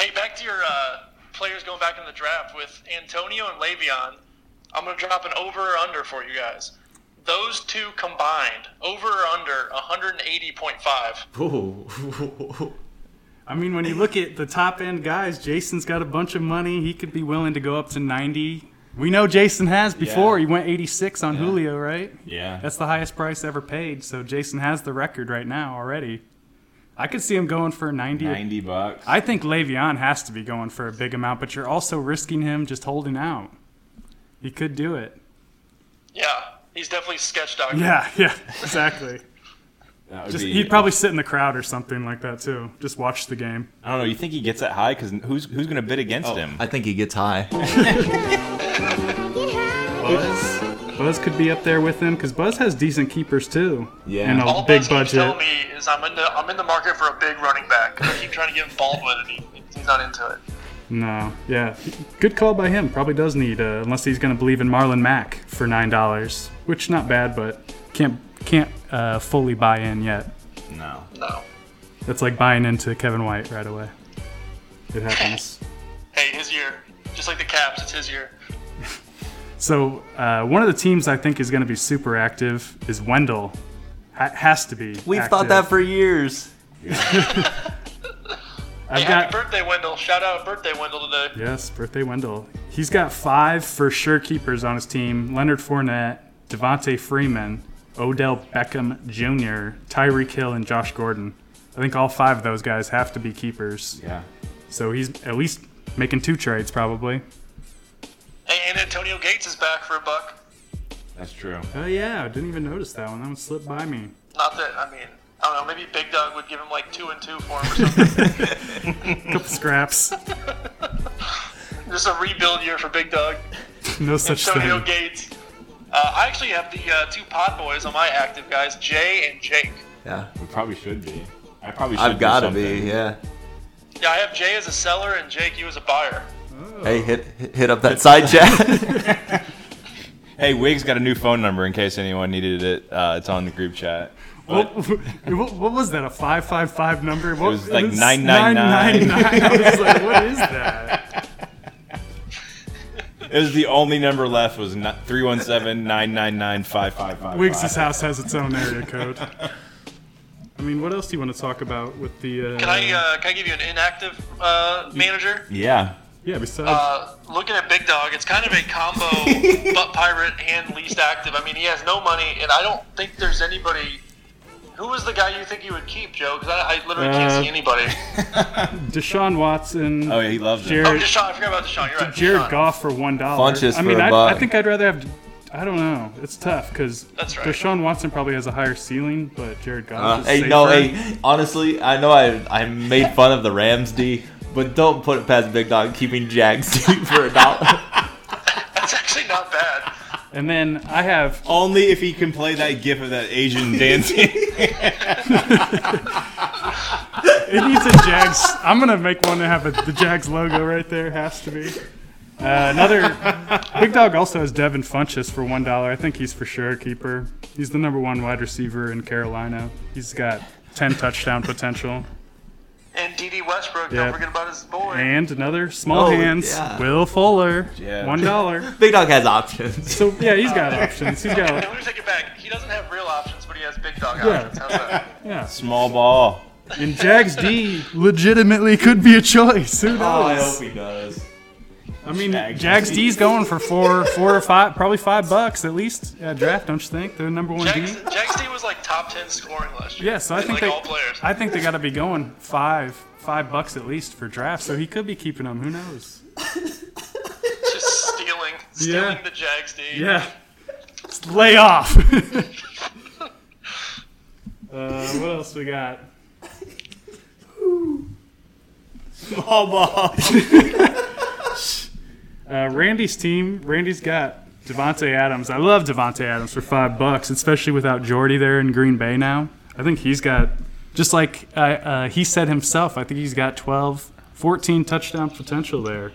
G: hey, back to your uh, players going back in the draft with Antonio and Le'Veon. I'm gonna drop an over or under for you guys. Those two combined, over or under 180.5.
C: Ooh.
D: I mean, when you look at the top end guys, Jason's got a bunch of money. He could be willing to go up to 90. We know Jason has before.
B: Yeah.
D: He went 86 on Julio, right?
B: Yeah.
D: That's the highest price ever paid. So Jason has the record right now already. I could see him going for 90.
B: 90 bucks.
D: I think Le'Veon has to be going for a big amount, but you're also risking him just holding out. He could do it.
G: Yeah, he's definitely sketch doctor.
D: Yeah, yeah, exactly.
B: That would
D: Just,
B: be-
D: he'd probably sit in the crowd or something like that too. Just watch the game.
B: I don't know. You think he gets that high? Because who's who's going to bid
D: Oh,
B: against him?
C: I think he gets high.
D: Buzz, Buzz could be up there with him because Buzz has decent keepers too.
C: Yeah.
D: and a
G: All
D: big
G: Buzz
D: budget.
G: keeps telling me is I'm in the I'm in the market for a big running back. I keep trying to get him Baldwin, and he, he's not into it.
D: No, yeah, good call by him. Probably does need, uh, unless he's going to believe in Marlon Mack for nine dollars, which not bad, but can't can't uh, fully buy in yet.
B: No.
G: No.
D: That's like buying into Kevin White right away. It happens.
G: Hey, his year, just like the Caps, it's his year.
D: So uh, one of the teams I think is going to be super active is Wendell. Ha- has to be.
C: We've
D: active.
C: thought that for years.
G: Hey,
D: I've got
G: happy birthday, Wendell! Shout out birthday, Wendell today.
D: yes, birthday Wendell. He's got five for sure keepers on his team: Leonard Fournette, Devontae Freeman, Odell Beckham Jr., Tyreek Hill, and Josh Gordon. I think all five of those guys have to be keepers.
B: Yeah.
D: So he's at least making two trades probably.
G: Hey, and Antonio Gates is back for a buck.
B: That's true.
D: Oh yeah, I didn't even notice that one. That one slipped by me.
G: Not that I mean, I don't know. Maybe Big Dog would give him like two and two for him or something.
D: Couple scraps.
G: just a rebuild year for Big Dog.
D: No such
G: Antonio
D: thing.
G: Gates. Uh, I actually have the uh, two pod boys on my active guys, Jay and Jake.
C: Yeah.
B: We probably should be. I probably should
C: I've
B: do
C: got to be.
B: something.
C: Yeah.
G: Yeah, I have Jay as a seller and Jake you as a buyer.
D: Oh.
C: Hey, hit hit up that side chat.
B: Hey, Wig's got a new phone number in case anyone needed it. Uh, it's on the group chat.
D: What, what, what was that? A five five five number? What,
B: was like
D: it's
B: 999.
D: 999. I was like, what is that?
B: It was the only number left was 317 999 5555.
D: Wiggs' house has its own area code. I mean, what else do you want to talk about with the? Uh,
G: Can I uh, can I give you an inactive uh, manager?
B: Yeah.
D: yeah, besides
G: Uh, looking at Big Dog, it's kind of a combo butt pirate and least active. I mean, he has no money, and I don't think there's anybody. Who was the guy you think you would keep, Joe? Because I, I literally
D: Uh,
G: can't see anybody.
D: Deshaun Watson,
B: Oh, yeah, he loves it.
G: Oh,
D: Jared,
G: Deshaun. I forgot about Deshaun. You're right.
D: Jared
G: Deshaun.
D: Goff for one dollar.
C: Funches
D: I mean,
C: for a
D: I,
C: buck.
D: I think I'd rather have. I don't know. It's tough because
G: That's right.
D: Deshaun Watson probably has a higher ceiling, but Jared Goff.
C: Uh,
D: is
C: hey, no,
D: safer.
C: hey. Honestly, I know I I made fun of the Rams D, but don't put it past Big Dog keeping Jags D for a dollar.
G: That's actually not bad.
D: And then I have
B: Only if he can play that gif of that Asian dancing.
D: It needs a Jags. I'm gonna make one that have a, the Jags logo right there. Has to be. Uh, another big dog also has Devin Funches for one dollar. I think he's for sure a keeper. He's the number one wide receiver in Carolina. He's got ten touchdown potential.
G: And D.D. Westbrook.
D: Yeah.
G: Don't forget about his boy.
D: And another small
C: Oh,
D: hands,
C: yeah.
D: Will Fuller,
B: Yeah.
D: one dollar.
C: Big Dog has options.
D: So yeah, he's got options. He's
G: No,
D: got
G: let me take it back. He doesn't have real options, but he has big dog
D: Yeah.
G: options. How's that?
D: yeah.
B: Small ball.
D: And Jags D legitimately could be a choice. Who knows?
C: he does.
D: I mean,
B: Jags.
D: Jags D's going for four, four or five, probably five bucks at least at draft. Don't you think they're number one
G: Jags,
D: D?
G: Jags D was like top ten scoring last year.
D: Yeah, so I
G: In,
D: think
G: like all
D: they,
G: players.
D: I think they got to be going five, five bucks at least for draft. So he could be keeping them. Who knows?
G: Just stealing, stealing
D: Yeah.
G: the Jags D.
D: Yeah, Just lay off. uh, what else we got?
B: Small ball.
D: Uh, Randy's team. Randy's got Devonte Adams. I love Devonte Adams for five bucks, especially without Jordy there in Green Bay now. I think he's got, just like uh, uh, he said himself, I think he's got 12, 14 touchdown potential there.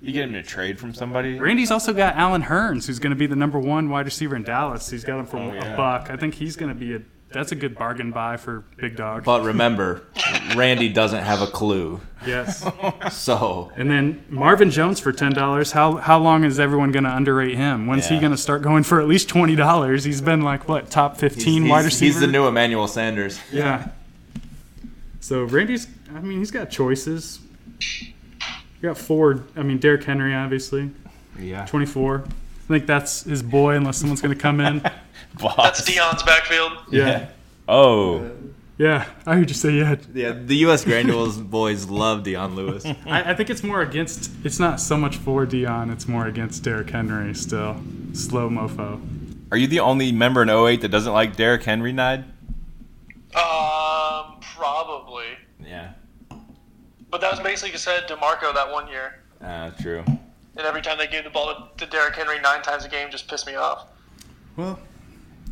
B: You get him to trade from somebody?
D: Randy's also got
C: Oh,
D: Alan Hearns, who's going to be the number one wide receiver in Dallas. He's got him for
B: yeah.
D: a buck. I think he's going to be a That's a good bargain buy for big dog.
C: But remember, Randy doesn't have a clue.
D: Yes.
C: So
D: And then Marvin Jones for ten dollars. How how long is everyone going to underrate him? When's he
C: Yeah.
D: going to start going for at least twenty dollars? He's been like what top fifteen wide
C: he's,
D: receiver.
C: he's the new Emmanuel Sanders.
D: yeah. So Randy's. I mean, he's got choices. You got Ford. I mean, Derrick Henry, obviously,
B: Yeah.
D: twenty four. I think that's his boy, unless someone's going to come in.
B: Boss.
G: That's Dion's backfield.
D: Yeah.
B: Oh.
D: Yeah. I heard you say yeah.
C: Yeah, the U.S. Granules boys love Dion Lewis.
D: I, I think it's more against. It's not so much for Dion. It's more against Derrick Henry. Still, slow mofo.
B: Are you the only member in 08 that doesn't like Derrick Henry, Nide?
G: Um, probably.
B: Yeah.
G: But that was basically because I had DeMarco that one year.
B: Uh, true.
G: And every time they gave the ball to, to Derrick Henry nine times a game just pissed me off.
D: Well,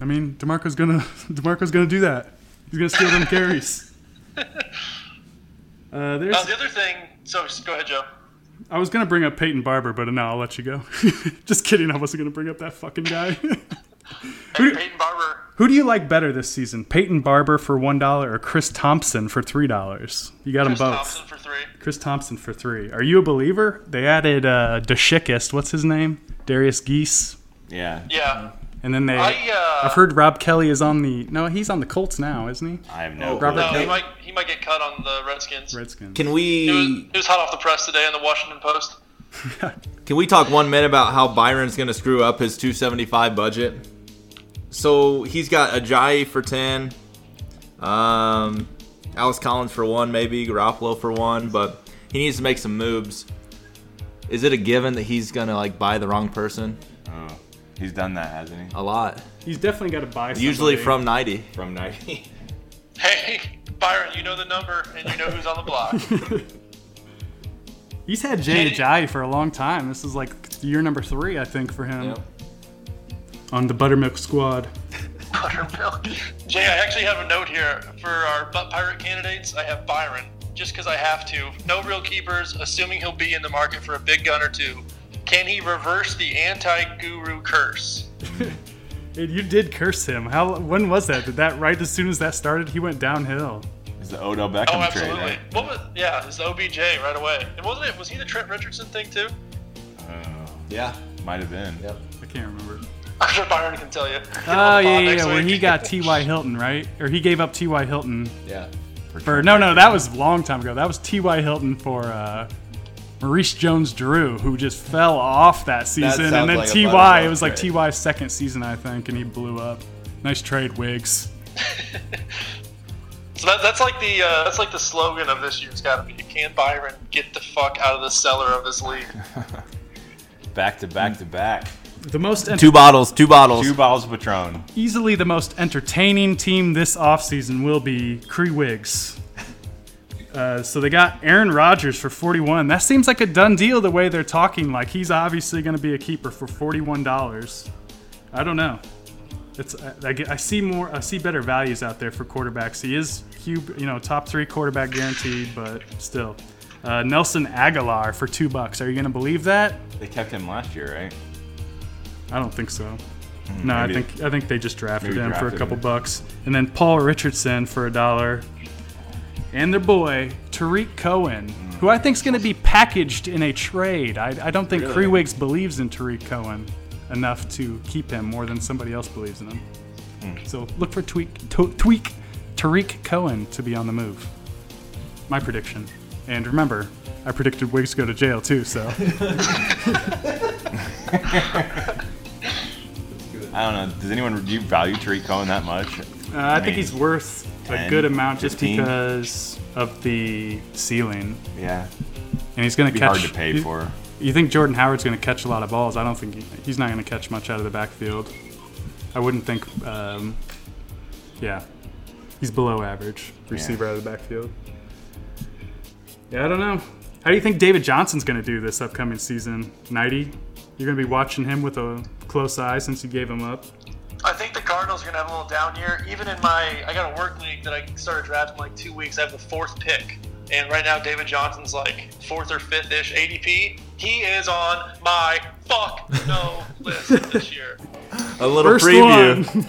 D: I mean, Demarco's gonna Demarco's gonna do that. He's gonna steal them carries. Uh, there's,
G: Now, the other thing, so go ahead, Joe.
D: I was gonna bring up Peyton Barber, but no, I'll let you go. Just kidding, I wasn't gonna bring up that fucking guy. who, do,
G: Peyton Barber.
D: who do you like better this season, Peyton Barber for one dollar or Chris Thompson for three dollars? You got
G: Chris
D: them both.
G: Thompson for three.
D: Chris Thompson for three. Are you a believer? They added uh, Deshikist. What's his name? Darius Geese.
B: Yeah.
G: Yeah.
D: And then they.
G: I, uh,
D: I've heard Rob Kelly is on the. No, he's on the Colts now, isn't he?
B: I have no
C: Oh,
B: clue.
D: Robert
G: No,
D: Kelly.
G: he might he might get cut on the Redskins.
D: Redskins.
C: Can
G: He was,
C: we
G: he was hot off the press today in the Washington Post.
C: can we talk one minute about how Byron's going to screw up his 275 budget? So he's got Ajayi for 10, um, Alex Collins for one, maybe Garoppolo for one, but he needs to make some moves. Is it a given that he's going to like buy the wrong person
B: Oh. He's done that, hasn't he?
C: a lot?
D: He's definitely got to buy. Somebody.
C: Usually from 90.
B: From 90.
G: Hey, Byron, you know the number and you know who's on the block.
D: He's had Jay Ajayi for a long time. This is like year number three, I think, for him
C: Yep.
D: on the Buttermilk Squad.
G: Buttermilk. Jay, I actually have a note here for our butt pirate candidates. I have Byron, just because I have to. No real keepers, assuming he'll be in the market for a big gun or two. Can he reverse the anti-guru curse?
D: Dude, you did curse him. How? When was that? Did that right as soon as that started? He went downhill.
B: It's the Odell
G: Oh,
B: Beckham trade.
G: absolutely.
B: right?
G: What was? Yeah, it's the OBJ right away. And wasn't it? Was he the Trent Richardson thing too?
B: Oh,
C: Yeah.
B: might have been.
C: Yep.
D: I can't remember.
G: I'm sure Byron can tell you. Get him
D: Oh
G: on the
D: yeah, yeah.
G: pod next
D: yeah, Where
G: week.
D: he got T.Y. Hilton, right? Or he gave up T.Y. Hilton
C: Yeah.
D: for no, no. That was a long time ago. That was T.Y. Hilton for. uh Maurice Jones-Drew, who just fell off that season,
C: sounds
D: and then
C: like a
D: Ty,
C: Buttermilk
D: it was like
C: trade.
D: Ty's second season, I think, and he blew up. Nice trade, Wigs.
G: So that, that's like the uh, that's like the slogan of this year's got to be: Can Byron get the fuck out of the cellar of this league?
B: Back to back to back.
D: The most
C: Two bottles, two bottles.
B: Two bottles of Patron.
D: easily the most entertaining team this offseason will be Cree Wigs. Uh, so they got Aaron Rodgers for 41. That seems like a done deal the way they're talking. Like he's obviously going to be a keeper for $41. I don't know. It's I, I get- I see more I see better values out there for quarterbacks. He is cube, you know, top 3 quarterback guaranteed, but still. Uh, Nelson Aguilar for 2 bucks. Are you going to believe that?
B: They kept him last year, right?
D: I don't think so. No,
B: Hmm,
D: I
B: maybe-
D: think I think they just drafted
B: maybe
D: him for a
B: drafted
D: couple
B: him.
D: bucks, and then Paul Richardson for a dollar, and their boy Tariq Cohen, who I think is going to be packaged in a trade. I, I don't think
B: Really?
D: Creewigs believes in Tariq Cohen enough to keep him more than somebody else believes in him.
B: Hmm.
D: So look for tweak to, tweak Tariq Cohen to be on the move. My prediction, and remember, I predicted Wigs go to jail too. So.
B: I don't know. Does anyone do you value Tariq Cohen that much?
D: Uh, I think
B: mean,
D: he's worth a
B: 10,
D: good amount just
B: 15.
D: because of the ceiling,
B: Yeah.
D: and he's going
B: Be
D: to catch.
B: hard to pay
D: you,
B: for.
D: You think Jordan Howard's going to catch a lot of balls? I don't think he, he's not going to catch much out of the backfield. I wouldn't think. Um, yeah, he's below average receiver out of the backfield. Yeah, I don't know. How do you think David Johnson's going to do this upcoming season? Nighty, you're going to be watching him with a close eye since you gave him up.
G: I think the Cardinals are gonna have a little down year. Even in my, I got a work league that I started drafting like two weeks. I have the fourth pick, and right now David Johnson's like fourth or fifth ish ADP. He is on my fuck no list this year.
C: A little
D: First
C: preview.
D: one.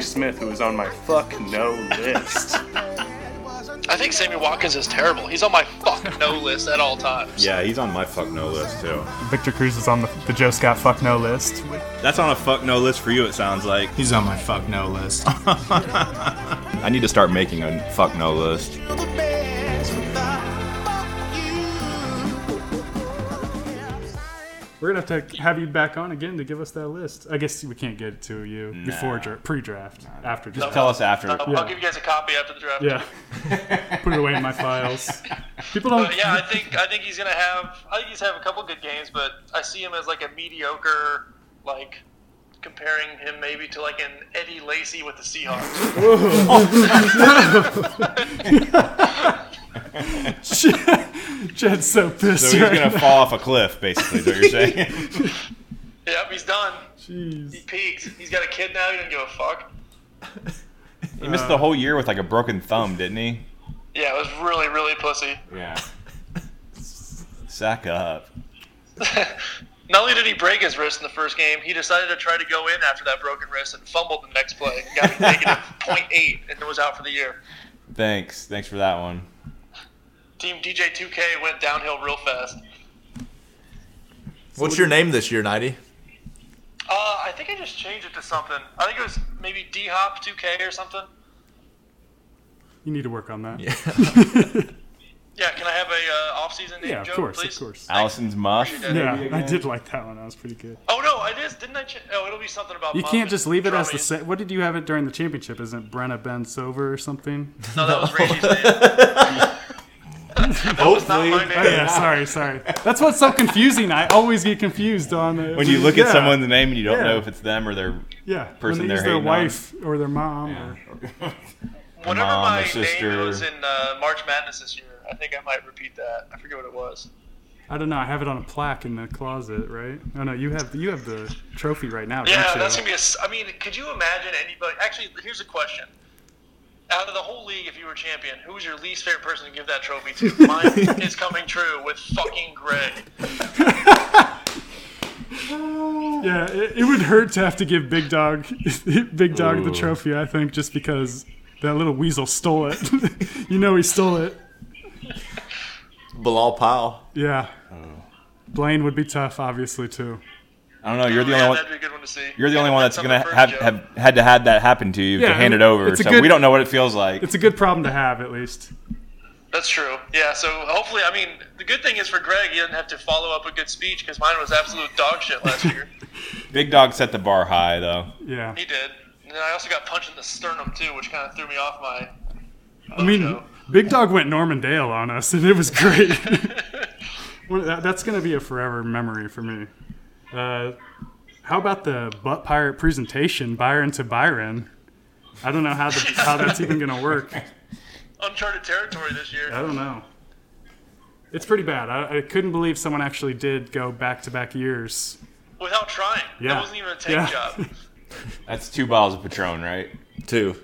H: Smith, who is on my fuck no list.
G: I think Sammy Watkins is terrible. He's on my fuck no list at all times.
B: Yeah, he's on my fuck no list too.
D: Victor Cruz is on the, the Joe Scott fuck no list.
B: That's on a fuck no list for you. It sounds like.
I: He's on my fuck no list.
B: I need to start making a fuck no list.
D: We're gonna have to have you back on again to give us that list. I guess we can't get it to you before dra- pre-draft, after draft.
B: Tell us after.
G: Uh, I'll, I'll give you guys a copy after the draft.
D: Yeah, put it away in my files. People don't.
G: But yeah, I think I think he's gonna have. I think he's have a couple good games, but I see him as like a mediocre, like comparing him maybe to like an Eddie Lacy with the Seahawks.
D: Jed's so pissed.
B: So he's
D: right
B: gonna
D: now.
B: fall off a cliff, basically. Is what you're saying?
G: yep, he's done. He
D: Jeez.
G: peaked. He's got a kid now. He doesn't give a fuck.
B: he missed the whole year with like a broken thumb, didn't he?
G: Yeah, it was really really pussy.
B: Yeah. Sack up.
G: Not only did he break his wrist in the first game, he decided to try to go in after that broken wrist and fumbled the next play. Got a negative 0.8 and was out for the year.
B: Thanks. Thanks for that one.
G: Team DJ2K went downhill real fast.
C: What's your name this year, Nighty?
G: Uh, I think I just changed it to something. I think it was maybe D Hop 2K or something.
D: You need to work on that. Yeah,
G: Yeah, can I have a uh, off-season name
D: of
G: joke,
D: course,
G: please?
D: of course.
B: Allison's muff.
D: Yeah, I did like that one. That was pretty good.
G: Oh no, I just didn't I? Ch- oh, it'll be something about.
D: You
G: Muff
D: can't
G: and
D: just leave it as the
G: Drummond.
D: same. What did you have it during the championship? Isn't it Brenna Ben Silver or something?
G: No, that was Randy's name. that was not my
D: Oh,
G: name.
D: yeah, sorry, sorry. That's what's so confusing. I always get confused on the,
B: When you look at
D: Yeah,
B: someone's name and you don't
D: Yeah.
B: know if it's them or their
D: yeah, when
B: person
D: they
B: they're
D: use their
B: hating on.
D: wife or their mom. Or,
G: Whenever
B: Mom,
G: my
B: my
G: name
B: sister.
G: was in uh, March Madness this year, I think I might repeat that. I forget what it was.
D: I don't know. I have it on a plaque in the closet, right? Oh no, you have you have the trophy right now.
G: Yeah,
D: don't you?
G: that's gonna be a. s- I mean, could you imagine anybody? Actually, here's a question. Out of the whole league, if you were champion, who was your least favorite person to give that trophy to? Mine is coming true with fucking Greg.
D: Yeah, it, it would hurt to have to give Big Dog Big Dog the trophy. I think just because that little weasel stole it. you know he stole it.
C: Bilal Powell.
D: Yeah.
B: Oh.
D: Blaine would be tough, obviously too.
B: I don't know. Oh, You're the
G: Yeah,
B: only one.
G: that'd be a good one to see.
B: You're the only one that's
G: on
B: gonna
G: the first
B: have,
G: joke.
B: have had to had that happen to you
D: Yeah,
B: to hand it
D: and
B: over.
D: it's a
B: So
D: good-
B: we don't know what it feels like.
D: It's a good problem to have, at least.
G: That's true. Yeah. So hopefully, I mean, the good thing is for Greg, he doesn't have to follow up a good speech because mine was absolute dog shit last year.
B: Big Dog set the bar high though.
D: Yeah.
G: he did. And then I also got punched in the sternum too, which kind of threw me off my.
D: I mean, Big Dog went Norman Dale on us, and it was great. Well, that- That's going to be a forever memory for me. Uh, how about the butt pirate presentation, Byron to Byron? I don't know how, the, how that's even going to work.
G: uncharted territory this year.
D: I don't know. It's pretty bad. I, I couldn't believe someone actually did go back to back years.
G: without trying.
D: Yeah.
G: That wasn't even a tank
D: Yeah.
G: job.
B: That's two bottles of Patron, right?
C: Two.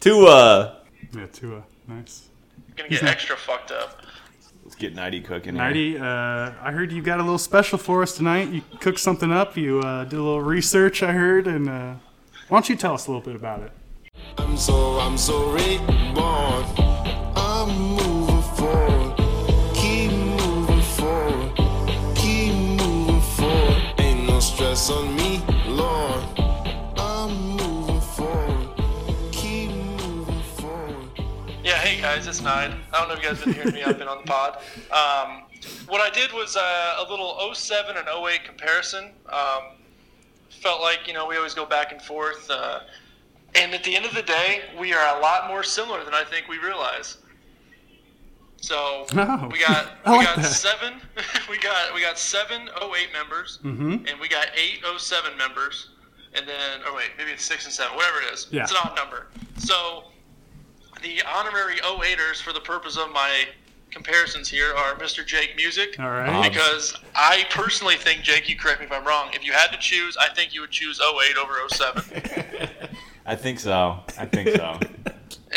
C: Two, uh.
D: Yeah, Tua. Nice.
G: Gonna get extra fucked up.
B: Let's get Nighty cooking. here.
D: Nighty, uh, I heard you got a little special for us tonight. You cooked something up. You uh, did a little research, I heard, and uh, why don't you tell us a little bit about it?
E: I'm so, I'm so reborn. I'm moving forward. Keep moving forward. Keep moving forward. Ain't no stress on me, Lord. I'm moving forward. Keep moving forward.
G: Yeah, hey guys, it's Nine. I don't know if you guys been hearing me. I've been on the pod. Um, what I did was uh, a little 07 and 08 comparison. Um, felt like you know we always go back and forth, uh, and at the end of the day, we are a lot more similar than I think we realize. So
D: Wow.
G: we got
D: Oh. I
G: we
D: like
G: got
D: that.
G: seven we got we got seven 08 members,
D: Mm-hmm.
G: and we got eight 07 members, and then oh wait maybe it's six and seven whatever it is.
D: Yeah.
G: It's an odd number. So the honorary 08ers for the purpose of my comparisons here are Mr. Jake Music.
D: All right.
G: Because I personally think, Jake, you correct me if I'm wrong, if you had to choose, I think you would choose 08 over 07.
B: I think so. I think so.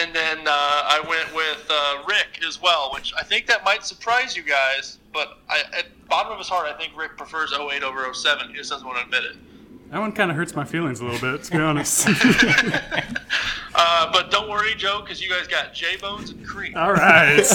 G: and then uh, I went with uh, Rick as well, which I think that might surprise you guys, but I, at bottom of his heart, I think Rick prefers 08 over 07. He just doesn't want to admit it.
D: That one kind of hurts my feelings a little bit, to be honest.
G: Uh, but don't worry, Joe, because you guys got J Bones and Cream.
D: All right.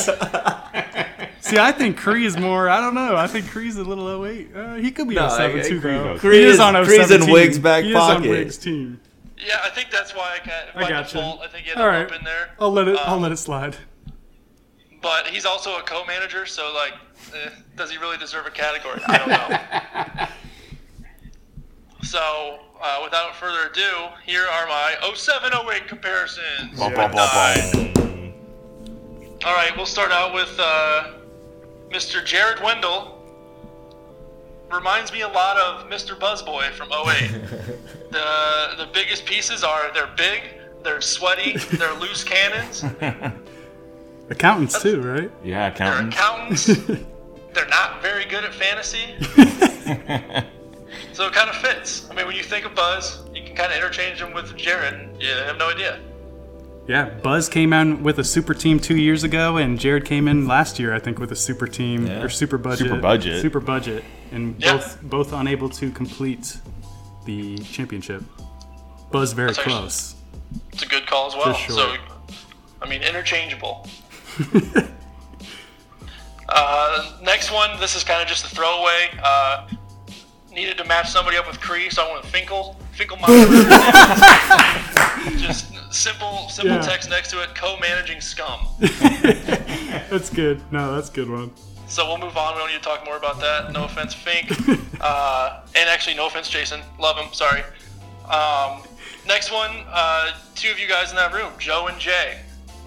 D: See, I think Cree is more. I don't know. I think Cree's a little 08. Uh, he could be
C: No,
D: 07
C: I- I
D: too,
C: agree,
D: though.
B: though.
C: Cree
D: he
C: is- Cree's in
D: team.
C: Wiggs' back
D: oh he Is
C: pocket.
D: on Wiggs' team.
G: Yeah, I think that's why I got by
D: I gotcha.
G: default. I think he had
D: All
G: to
D: right.
G: up in there.
D: I'll let it. I'll
G: Um,
D: let it slide.
G: But he's also a co-manager, so like, eh, does he really deserve a category? I don't know. so, uh, without further ado, here are my 0708 comparisons.
B: Bum, bum, bum, bum.
G: All right, we'll start out with uh, Mr. Jared Wendell. Reminds me a lot of Mr. Buzzboy from 08. the the biggest pieces are they're big, they're sweaty, they're loose cannons,
D: Accountants too, right?
B: Yeah,
G: they're
B: accountant.
G: accountants. they're not very good at fantasy, so it kind of fits. I mean, when you think of Buzz, you can kind of interchange him with Jared. and You have no idea.
D: yeah. Buzz came in with a super team two years ago, and Jared came in last year, I think, with a super team
C: Yeah.
D: or super budget.
B: Super budget.
D: Super budget, and
G: Yeah.
D: both both unable to complete the championship. Buzz very
G: That's actually-
D: close.
G: It's a good call as well.
D: For sure.
G: So, I mean, interchangeable. uh, next one, this is kind of just a throwaway. Uh, needed to match somebody up with Cree, so I went with Finkel. Finkelmeyer. just simple, simple
D: Yeah.
G: text next to it. Co-managing scum.
D: That's good. No, that's a good one.
G: So we'll move on. We don't need to talk more about that. No offense, Fink. uh, and actually, no offense, Jason. Love him. Sorry. Um, next one, uh, two of you guys in that room, Joe and Jay.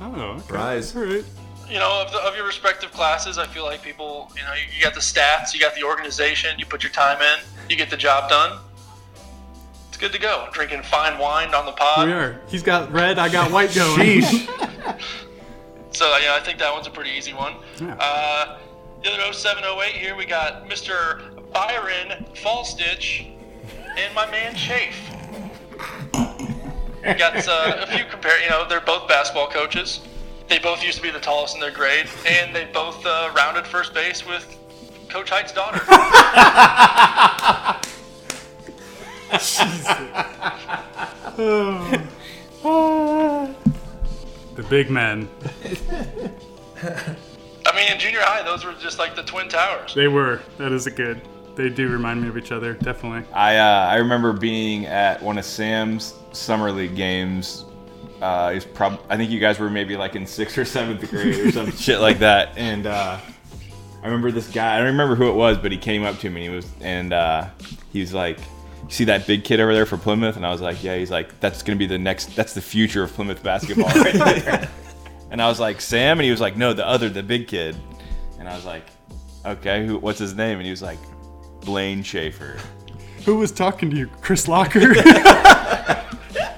D: Oh, okay.
C: Rise.
D: All right.
G: you know, of, the, of your respective classes, I feel like people, you know, you, you got the stats, you got the organization, you put your time in, you get the job done. It's good to go. Drinking fine wine on the pod.
D: We are. He's got red. I got white going.
G: So, yeah, I think that one's a pretty easy one.
D: Yeah.
G: Uh, the other 0708 here, we got Mr. Byron Fallstitch and my man Chafe. We got uh, a few compare. You know, they're both basketball coaches. They both used to be the tallest in their grade, and they both uh, rounded first base with Coach Height's daughter.
D: The big men.
G: I mean, in junior high, those were just like the twin towers.
D: They were. That is a good. They do remind me of each other, definitely.
B: I uh, I remember being at one of Sam's summer league games. Uh, he's prob- I think you guys were maybe like in sixth or seventh grade or some shit like that. And uh, I remember this guy. I don't remember who it was, but he came up to me and he was and uh, he was like, "You see that big kid over there for Plymouth?" And I was like, "Yeah." He's like, "That's gonna be the next. That's the future of Plymouth basketball." Right there. and I was like, "Sam," and he was like, "No, the other, the big kid." And I was like, "Okay, who? What's his name?" And he was like, "Blaine Schaefer."
D: Who was talking to you, Chris Locker?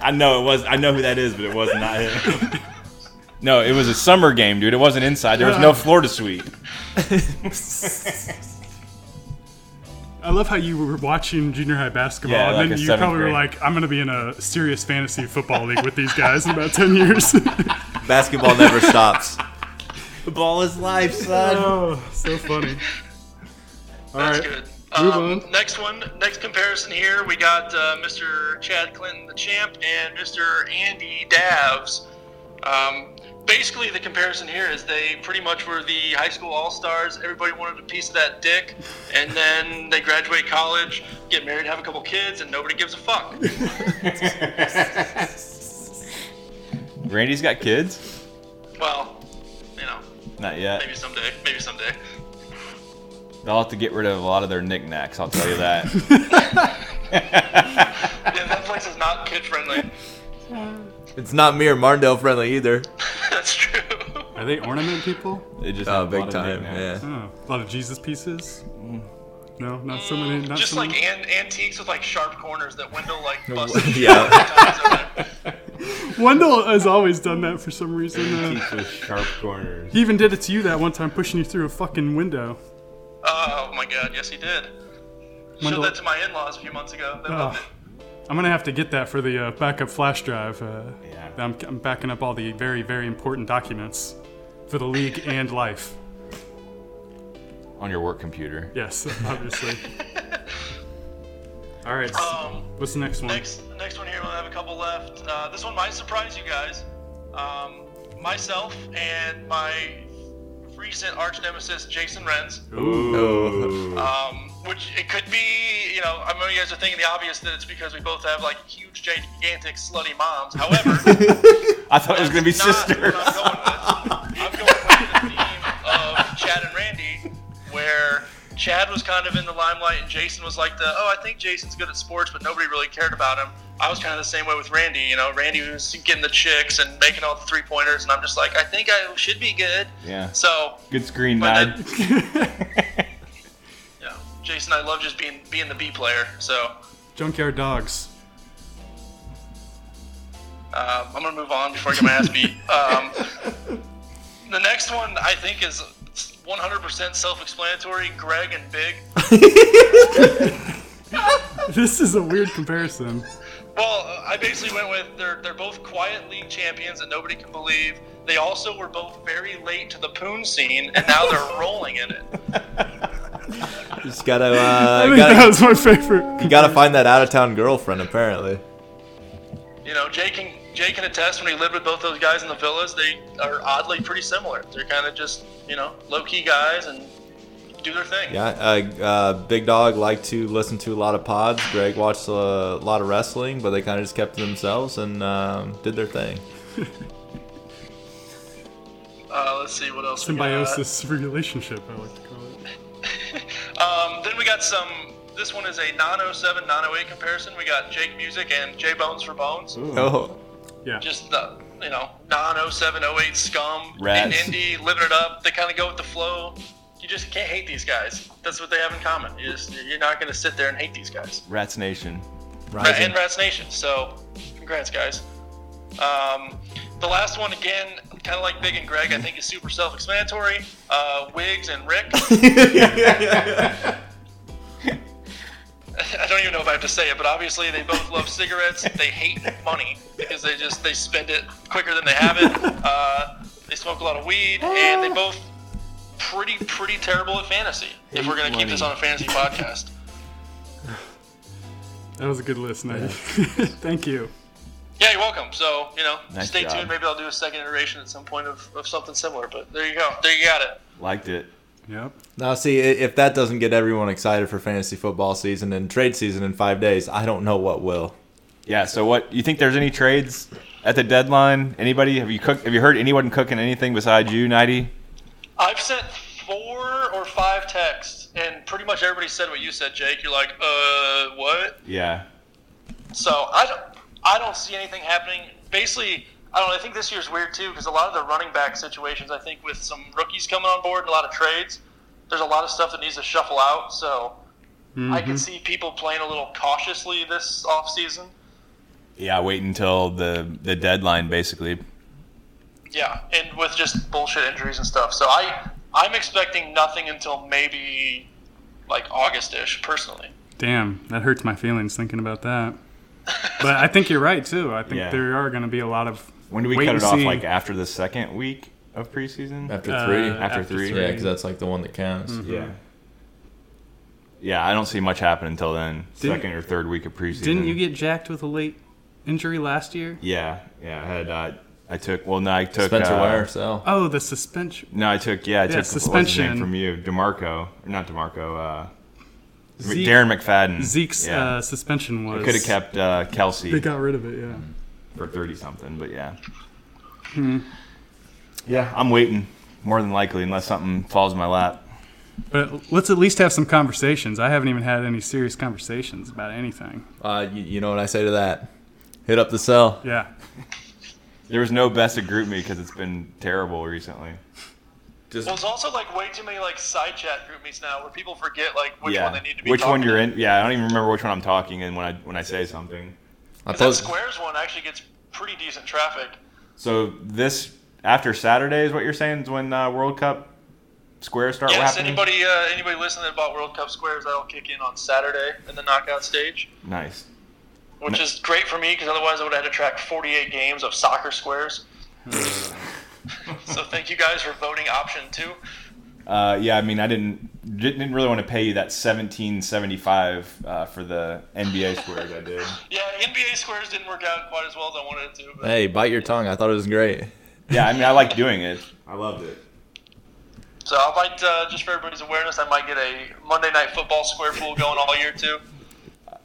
B: I know it was. I know who that is, but it was not him. no, it was a summer game, dude. It wasn't inside. There was no Florida suite.
D: I love how you were watching junior high basketball,
B: Yeah,
D: and
B: like
D: then
B: a
D: you
B: seventh
D: probably were
B: grade.
D: like, "I'm going to be in a serious fantasy football league with these guys in about ten years."
C: Basketball never stops. The ball is life, son.
D: oh, so funny. All
G: That's
D: right.
G: good.
D: Move
G: Um,
D: on.
G: next one, next comparison here, we got uh, Mr. Chad Clinton, the champ, and Mr. Andy Davs. Um, basically, the comparison here is they pretty much were the high school all stars. Everybody wanted a piece of that dick, and then they graduate college, get married, have a couple kids, and nobody gives a fuck.
B: Randy's got kids?
G: well, you know,
B: Not yet.
G: maybe someday, maybe someday.
B: They'll have to get rid of a lot of their knickknacks. I'll tell you that.
G: Yeah, that place is not kid friendly.
C: It's not me or Marndale friendly either.
G: That's true.
D: Are they ornament people?
B: They just
C: Oh,
B: have a lot
C: big
B: of
C: time.
B: knickknacks.
C: Yeah.
D: Oh, a lot of Jesus pieces. No, not so many. Not
G: Just
D: so
G: like
D: many.
G: an- antiques with like sharp corners that window like busts.
C: Yeah.
D: Wendell has always done that for some reason. Uh,
B: Keeps those sharp corners.
D: he even did it to you that one time, pushing you through a fucking window.
G: Oh my god, yes he did.
D: Wendell-
G: Showed that to my in-laws a few months ago. They loved
D: Oh,
G: it.
D: I'm gonna have to get that for the uh, backup flash drive. Uh,
B: Yeah.
D: I'm, I'm backing up all the very, very important documents for the league and life.
B: On your work computer.
D: Yes, obviously. all right.
G: Um,
D: what's the next one?
G: next, next one here, we'll have a couple couple left. Uh, this one might surprise you guys. Um, myself and my recent arch nemesis Jason Renz.
B: Ooh.
G: Um, which it could be, you know, I know you guys are thinking the obvious that it's because we both have like huge, gigantic, slutty moms. However,
B: I thought it was gonna be
G: that's not
B: sister.
G: what I'm going with. I'm going with the theme of Chad and Randy, where Chad was kind of in the limelight and Jason was like the, oh, I think Jason's good at sports, but nobody really cared about him. I was kind of the same way with Randy. You know, Randy was getting the chicks and making all the three pointers, and I'm just like, I think I should be good.
B: Yeah.
G: So
B: Good screen
G: But
B: nod.
G: yeah, Jason, I love just being being the B player. So
D: Junkyard Dogs.
G: um, I'm gonna move on before I get my ass beat. Um, the next one I think is 100% self-explanatory. Greg and Big.
D: This is a weird comparison.
G: Well, I basically went with they're they're both quiet league champions that nobody can believe. They also were both very late to the poon scene, and now they're rolling in it.
C: Just gotta,
D: I
C: uh,
D: think that
C: gotta,
D: was my favorite.
C: you gotta find that out of town girlfriend, apparently.
G: You know, Jake can Jake can attest when he lived with both those guys in the villas. They are oddly pretty similar. They're kind of just you know low key guys and do their thing.
C: Yeah, uh, uh, Big Dog liked to listen to a lot of pods. Greg watched a lot of wrestling, but they kind of just kept to themselves and um, did their thing.
G: Uh, let's see what else. we got.
D: Symbiosis relationship, I like to call it.
G: Um, then we got some. This one is a 907 908 comparison. We got Jake Music and J Bones for Bones.
C: Oh,
D: Yeah.
G: Just the you know 907 08 scum and
B: Rats.
G: indie living it up. They kind of go with the flow. You just can't hate these guys. That's what they have in common. You just you're not gonna sit there and hate these guys.
B: Rats Nation.
G: Ra-
C: rising.
G: and Rats Nation. So, congrats, guys. Um, the last one, again, kind of like Big and Greg, I think is super self explanatory. Uh, Wigs and Rick. I don't even know if I have to say it, but obviously they both love cigarettes. They hate money because they just they spend it quicker than they have it. Uh, they smoke a lot of weed, and they both pretty pretty terrible at fantasy. If we're gonna keep this on a fantasy podcast,
D: That was a good list, Nate. Thank you.
G: Yeah, you're welcome. So, you know,
B: Nice
G: stay
B: job.
G: tuned. Maybe I'll do a second iteration at some point of, of something similar. But there you go. There you got it.
B: Liked it.
D: Yep.
C: Now, see, i- if that doesn't get everyone excited for fantasy football season and trade season in five days, I don't know what will.
B: Yeah. So what? You think there's any trades at the deadline? Anybody? Have you cooked? Have you heard anyone cooking anything besides you, Nighty?
G: I've sent four or five texts, and pretty much everybody said what you said, Jake. You're like, uh, what?
B: Yeah.
G: So I don't, I don't see anything happening. Basically, I don't. know, I think this year's weird too because a lot of the running back situations, I think, with some rookies coming on board and a lot of trades, there's a lot of stuff that needs to shuffle out. So I can see people playing a little cautiously this off season.
B: Yeah. Wait until the the deadline, basically.
G: Yeah, and with just bullshit injuries and stuff. So I I'm expecting nothing until maybe like August-ish, personally.
D: Damn, that hurts my feelings thinking about that. But I think you're right too. I think
B: Yeah.
D: there are going to be a lot of
B: When do we
D: Wait
B: cut
D: and
B: it off?
D: see.
B: Like after the second week of preseason?
C: After
D: Uh,
C: three?
B: after three.
C: Yeah, because that's like the one that counts.
D: Hmm.
B: yeah. Yeah, I don't see much happen until then.
D: Didn't-
B: second or third week of preseason.
D: Didn't you get jacked with a late injury last year?
B: Yeah, yeah. I had. Uh, I took. Well, no, I took.
C: Spencer
B: uh,
C: Wire, so.
D: Oh, the suspension.
B: No, I took. Yeah, I took. What's his
D: suspension.
B: name from you, Demarco? Or not Demarco. Uh,
D: Zeke-
B: Darren McFadden.
D: Zeke's
B: Yeah.
D: uh, suspension was.
B: could have kept Mm-hmm. uh,
D: They
B: Kelsey
D: got rid of it. Yeah.
B: for thirty something, but yeah. Yeah, I'm waiting. More than likely, unless something falls in my lap.
D: But let's at least have some conversations. I haven't even had any serious conversations about anything.
C: Uh, you, you know what I say to that? Hit up the cell.
D: Yeah.
B: There was no best of group me because it's been terrible recently.
G: Well, it's also like way too many like side chat group meets now where people forget like which
B: yeah.
G: one they need to be.
B: which one
G: talking
B: you're
G: to.
B: in? Yeah, I don't even remember which one I'm talking in when I when I say something.
C: I
G: 'Cause That
C: post,
G: squares one actually gets pretty decent traffic.
B: So this after Saturday is what you're saying is when uh, World Cup squares start
G: Yes,
B: happening?
G: anybody uh, anybody listening that bought World Cup squares, that'll kick in on Saturday in the knockout stage,
B: Nice.
G: which is great for me because otherwise I would have had to track 48 games of soccer squares. so thank you guys for voting option two.
B: Uh, yeah, I mean, I didn't didn't didn't really want to pay you that seventeen seventy five uh, for the NBA squares I did.
G: Yeah, NBA squares didn't work out quite as well as I wanted it to. But
C: Hey, bite your tongue. I thought it was great.
B: Yeah, I mean I like doing it. I loved it.
G: So I might, uh, just for everybody's awareness, I might get a Monday Night Football square pool going all year too.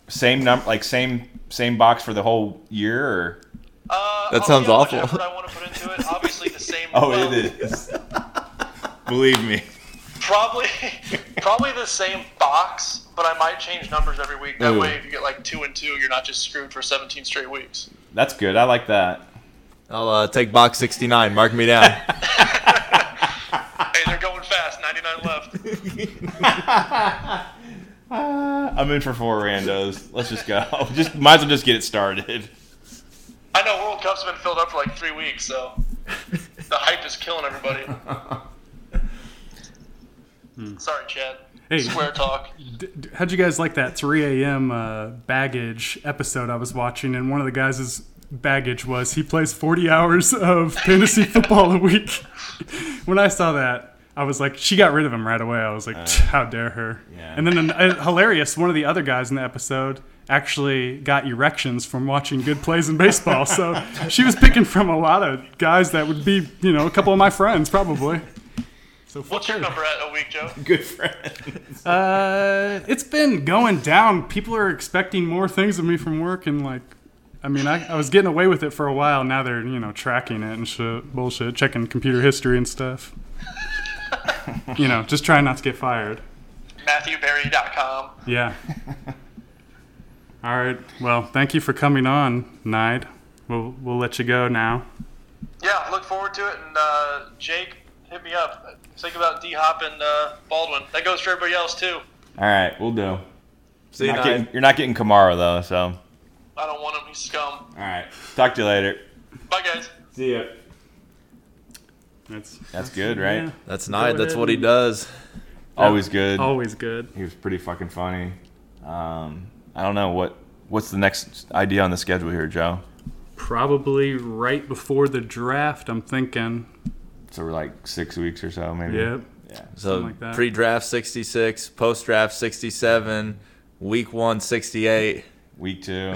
B: Same num like same same box for the whole year. Or?
G: Uh,
C: That
G: I'll
C: sounds
G: see how much
C: awful.
G: effort I want to put into it. Obviously, the same.
B: Oh,
G: well,
B: it is. Believe me.
G: Probably, probably the same box, but I might change numbers every week. That
C: Ooh.
G: way, if you get like two and two, you're not just screwed for 17 straight weeks.
B: That's good. I like that.
C: I'll uh, take box 69. Mark me down.
G: Hey, they're going fast. 99 left.
B: I'm in for four randos. Let's just go. Just might as well just get it started.
G: I know World Cup's been filled up for like three weeks, so the hype is killing everybody. Sorry, Chad.
D: Hmm. Hey.
G: Square talk.
D: D- d- how'd you guys like that 3 a.m. Uh, baggage episode I was watching? And one of the guys' baggage was he plays 40 hours of fantasy football a week. when I saw that, I was like, she got rid of him right away. I was like, "Tch, how dare her?
B: yeah.
D: And then, an, uh, hilarious, one of the other guys in the episode actually got erections from watching good plays in baseball. So she was picking from a lot of guys that would be, you know, a couple of my friends probably. So fuck
G: What's your
D: her.
G: number at a week, Joe?
B: Good friend.
D: Uh, it's been going down. People are expecting more things of me from work, and like, I mean, I, I was getting away with it for a while. Now they're you know tracking it and shit, bullshit, checking computer history and stuff. you know, just trying not to get fired.
G: MatthewBerry.com.
D: Yeah. All right. Well, thank you for coming on, Nide. We'll we'll let you go now.
G: Yeah, look forward to it. And uh, Jake, hit me up. Think about D Hop and uh, Baldwin. That goes for everybody else too.
B: All right, we'll do.
C: See you,
B: Not
C: Nine.
B: getting, you're not getting Kamara though, so all
G: I don't want him. He's scum.
B: right. Talk to you later.
G: Bye, guys.
B: See ya.
D: That's
B: That's good, right?
D: yeah,
C: That's Nide. That's what he does.
B: Always good.
D: always good.
B: He was pretty fucking funny. Um, I don't know what what's the next idea on the schedule here, Joe.
D: Probably right before the draft. I'm thinking.
B: So we're like six weeks or so, maybe.
D: Yep.
C: So
D: like that.
C: pre-draft 66, post-draft 67, week one 68.
B: Week two.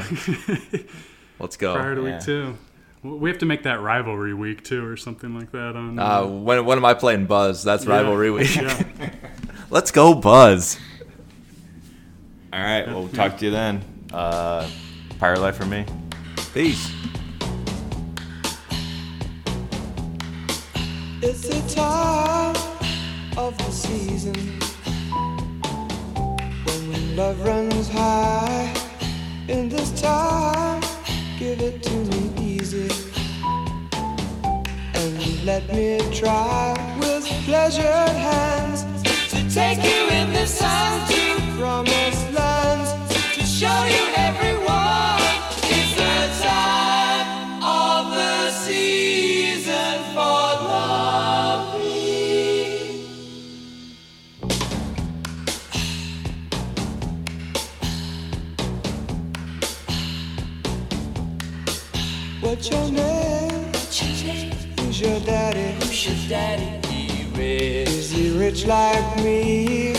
C: Let's go.
D: prior to
B: yeah.
D: week two. W- We have to make that rivalry week too, or something like that. On
C: Uh, when, when am I playing Buzz? That's rivalry week.
D: yeah.
C: Let's go, Buzz.
B: All right. Well, we'll talk to you then. Uh, Pirate life for me.
C: Peace.
E: It's the time of the season when love runs high. In this time, give it to me easy and let me try with pleasured hands to take you in the sun to promised lands to show you everyone. It's the time of the season for loving. What's your name? Who's your daddy? Who's your daddy? He rich. Is he rich like me?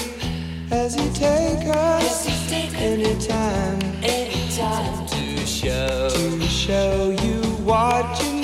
E: Has he take us anytime? Anytime to show to show you what you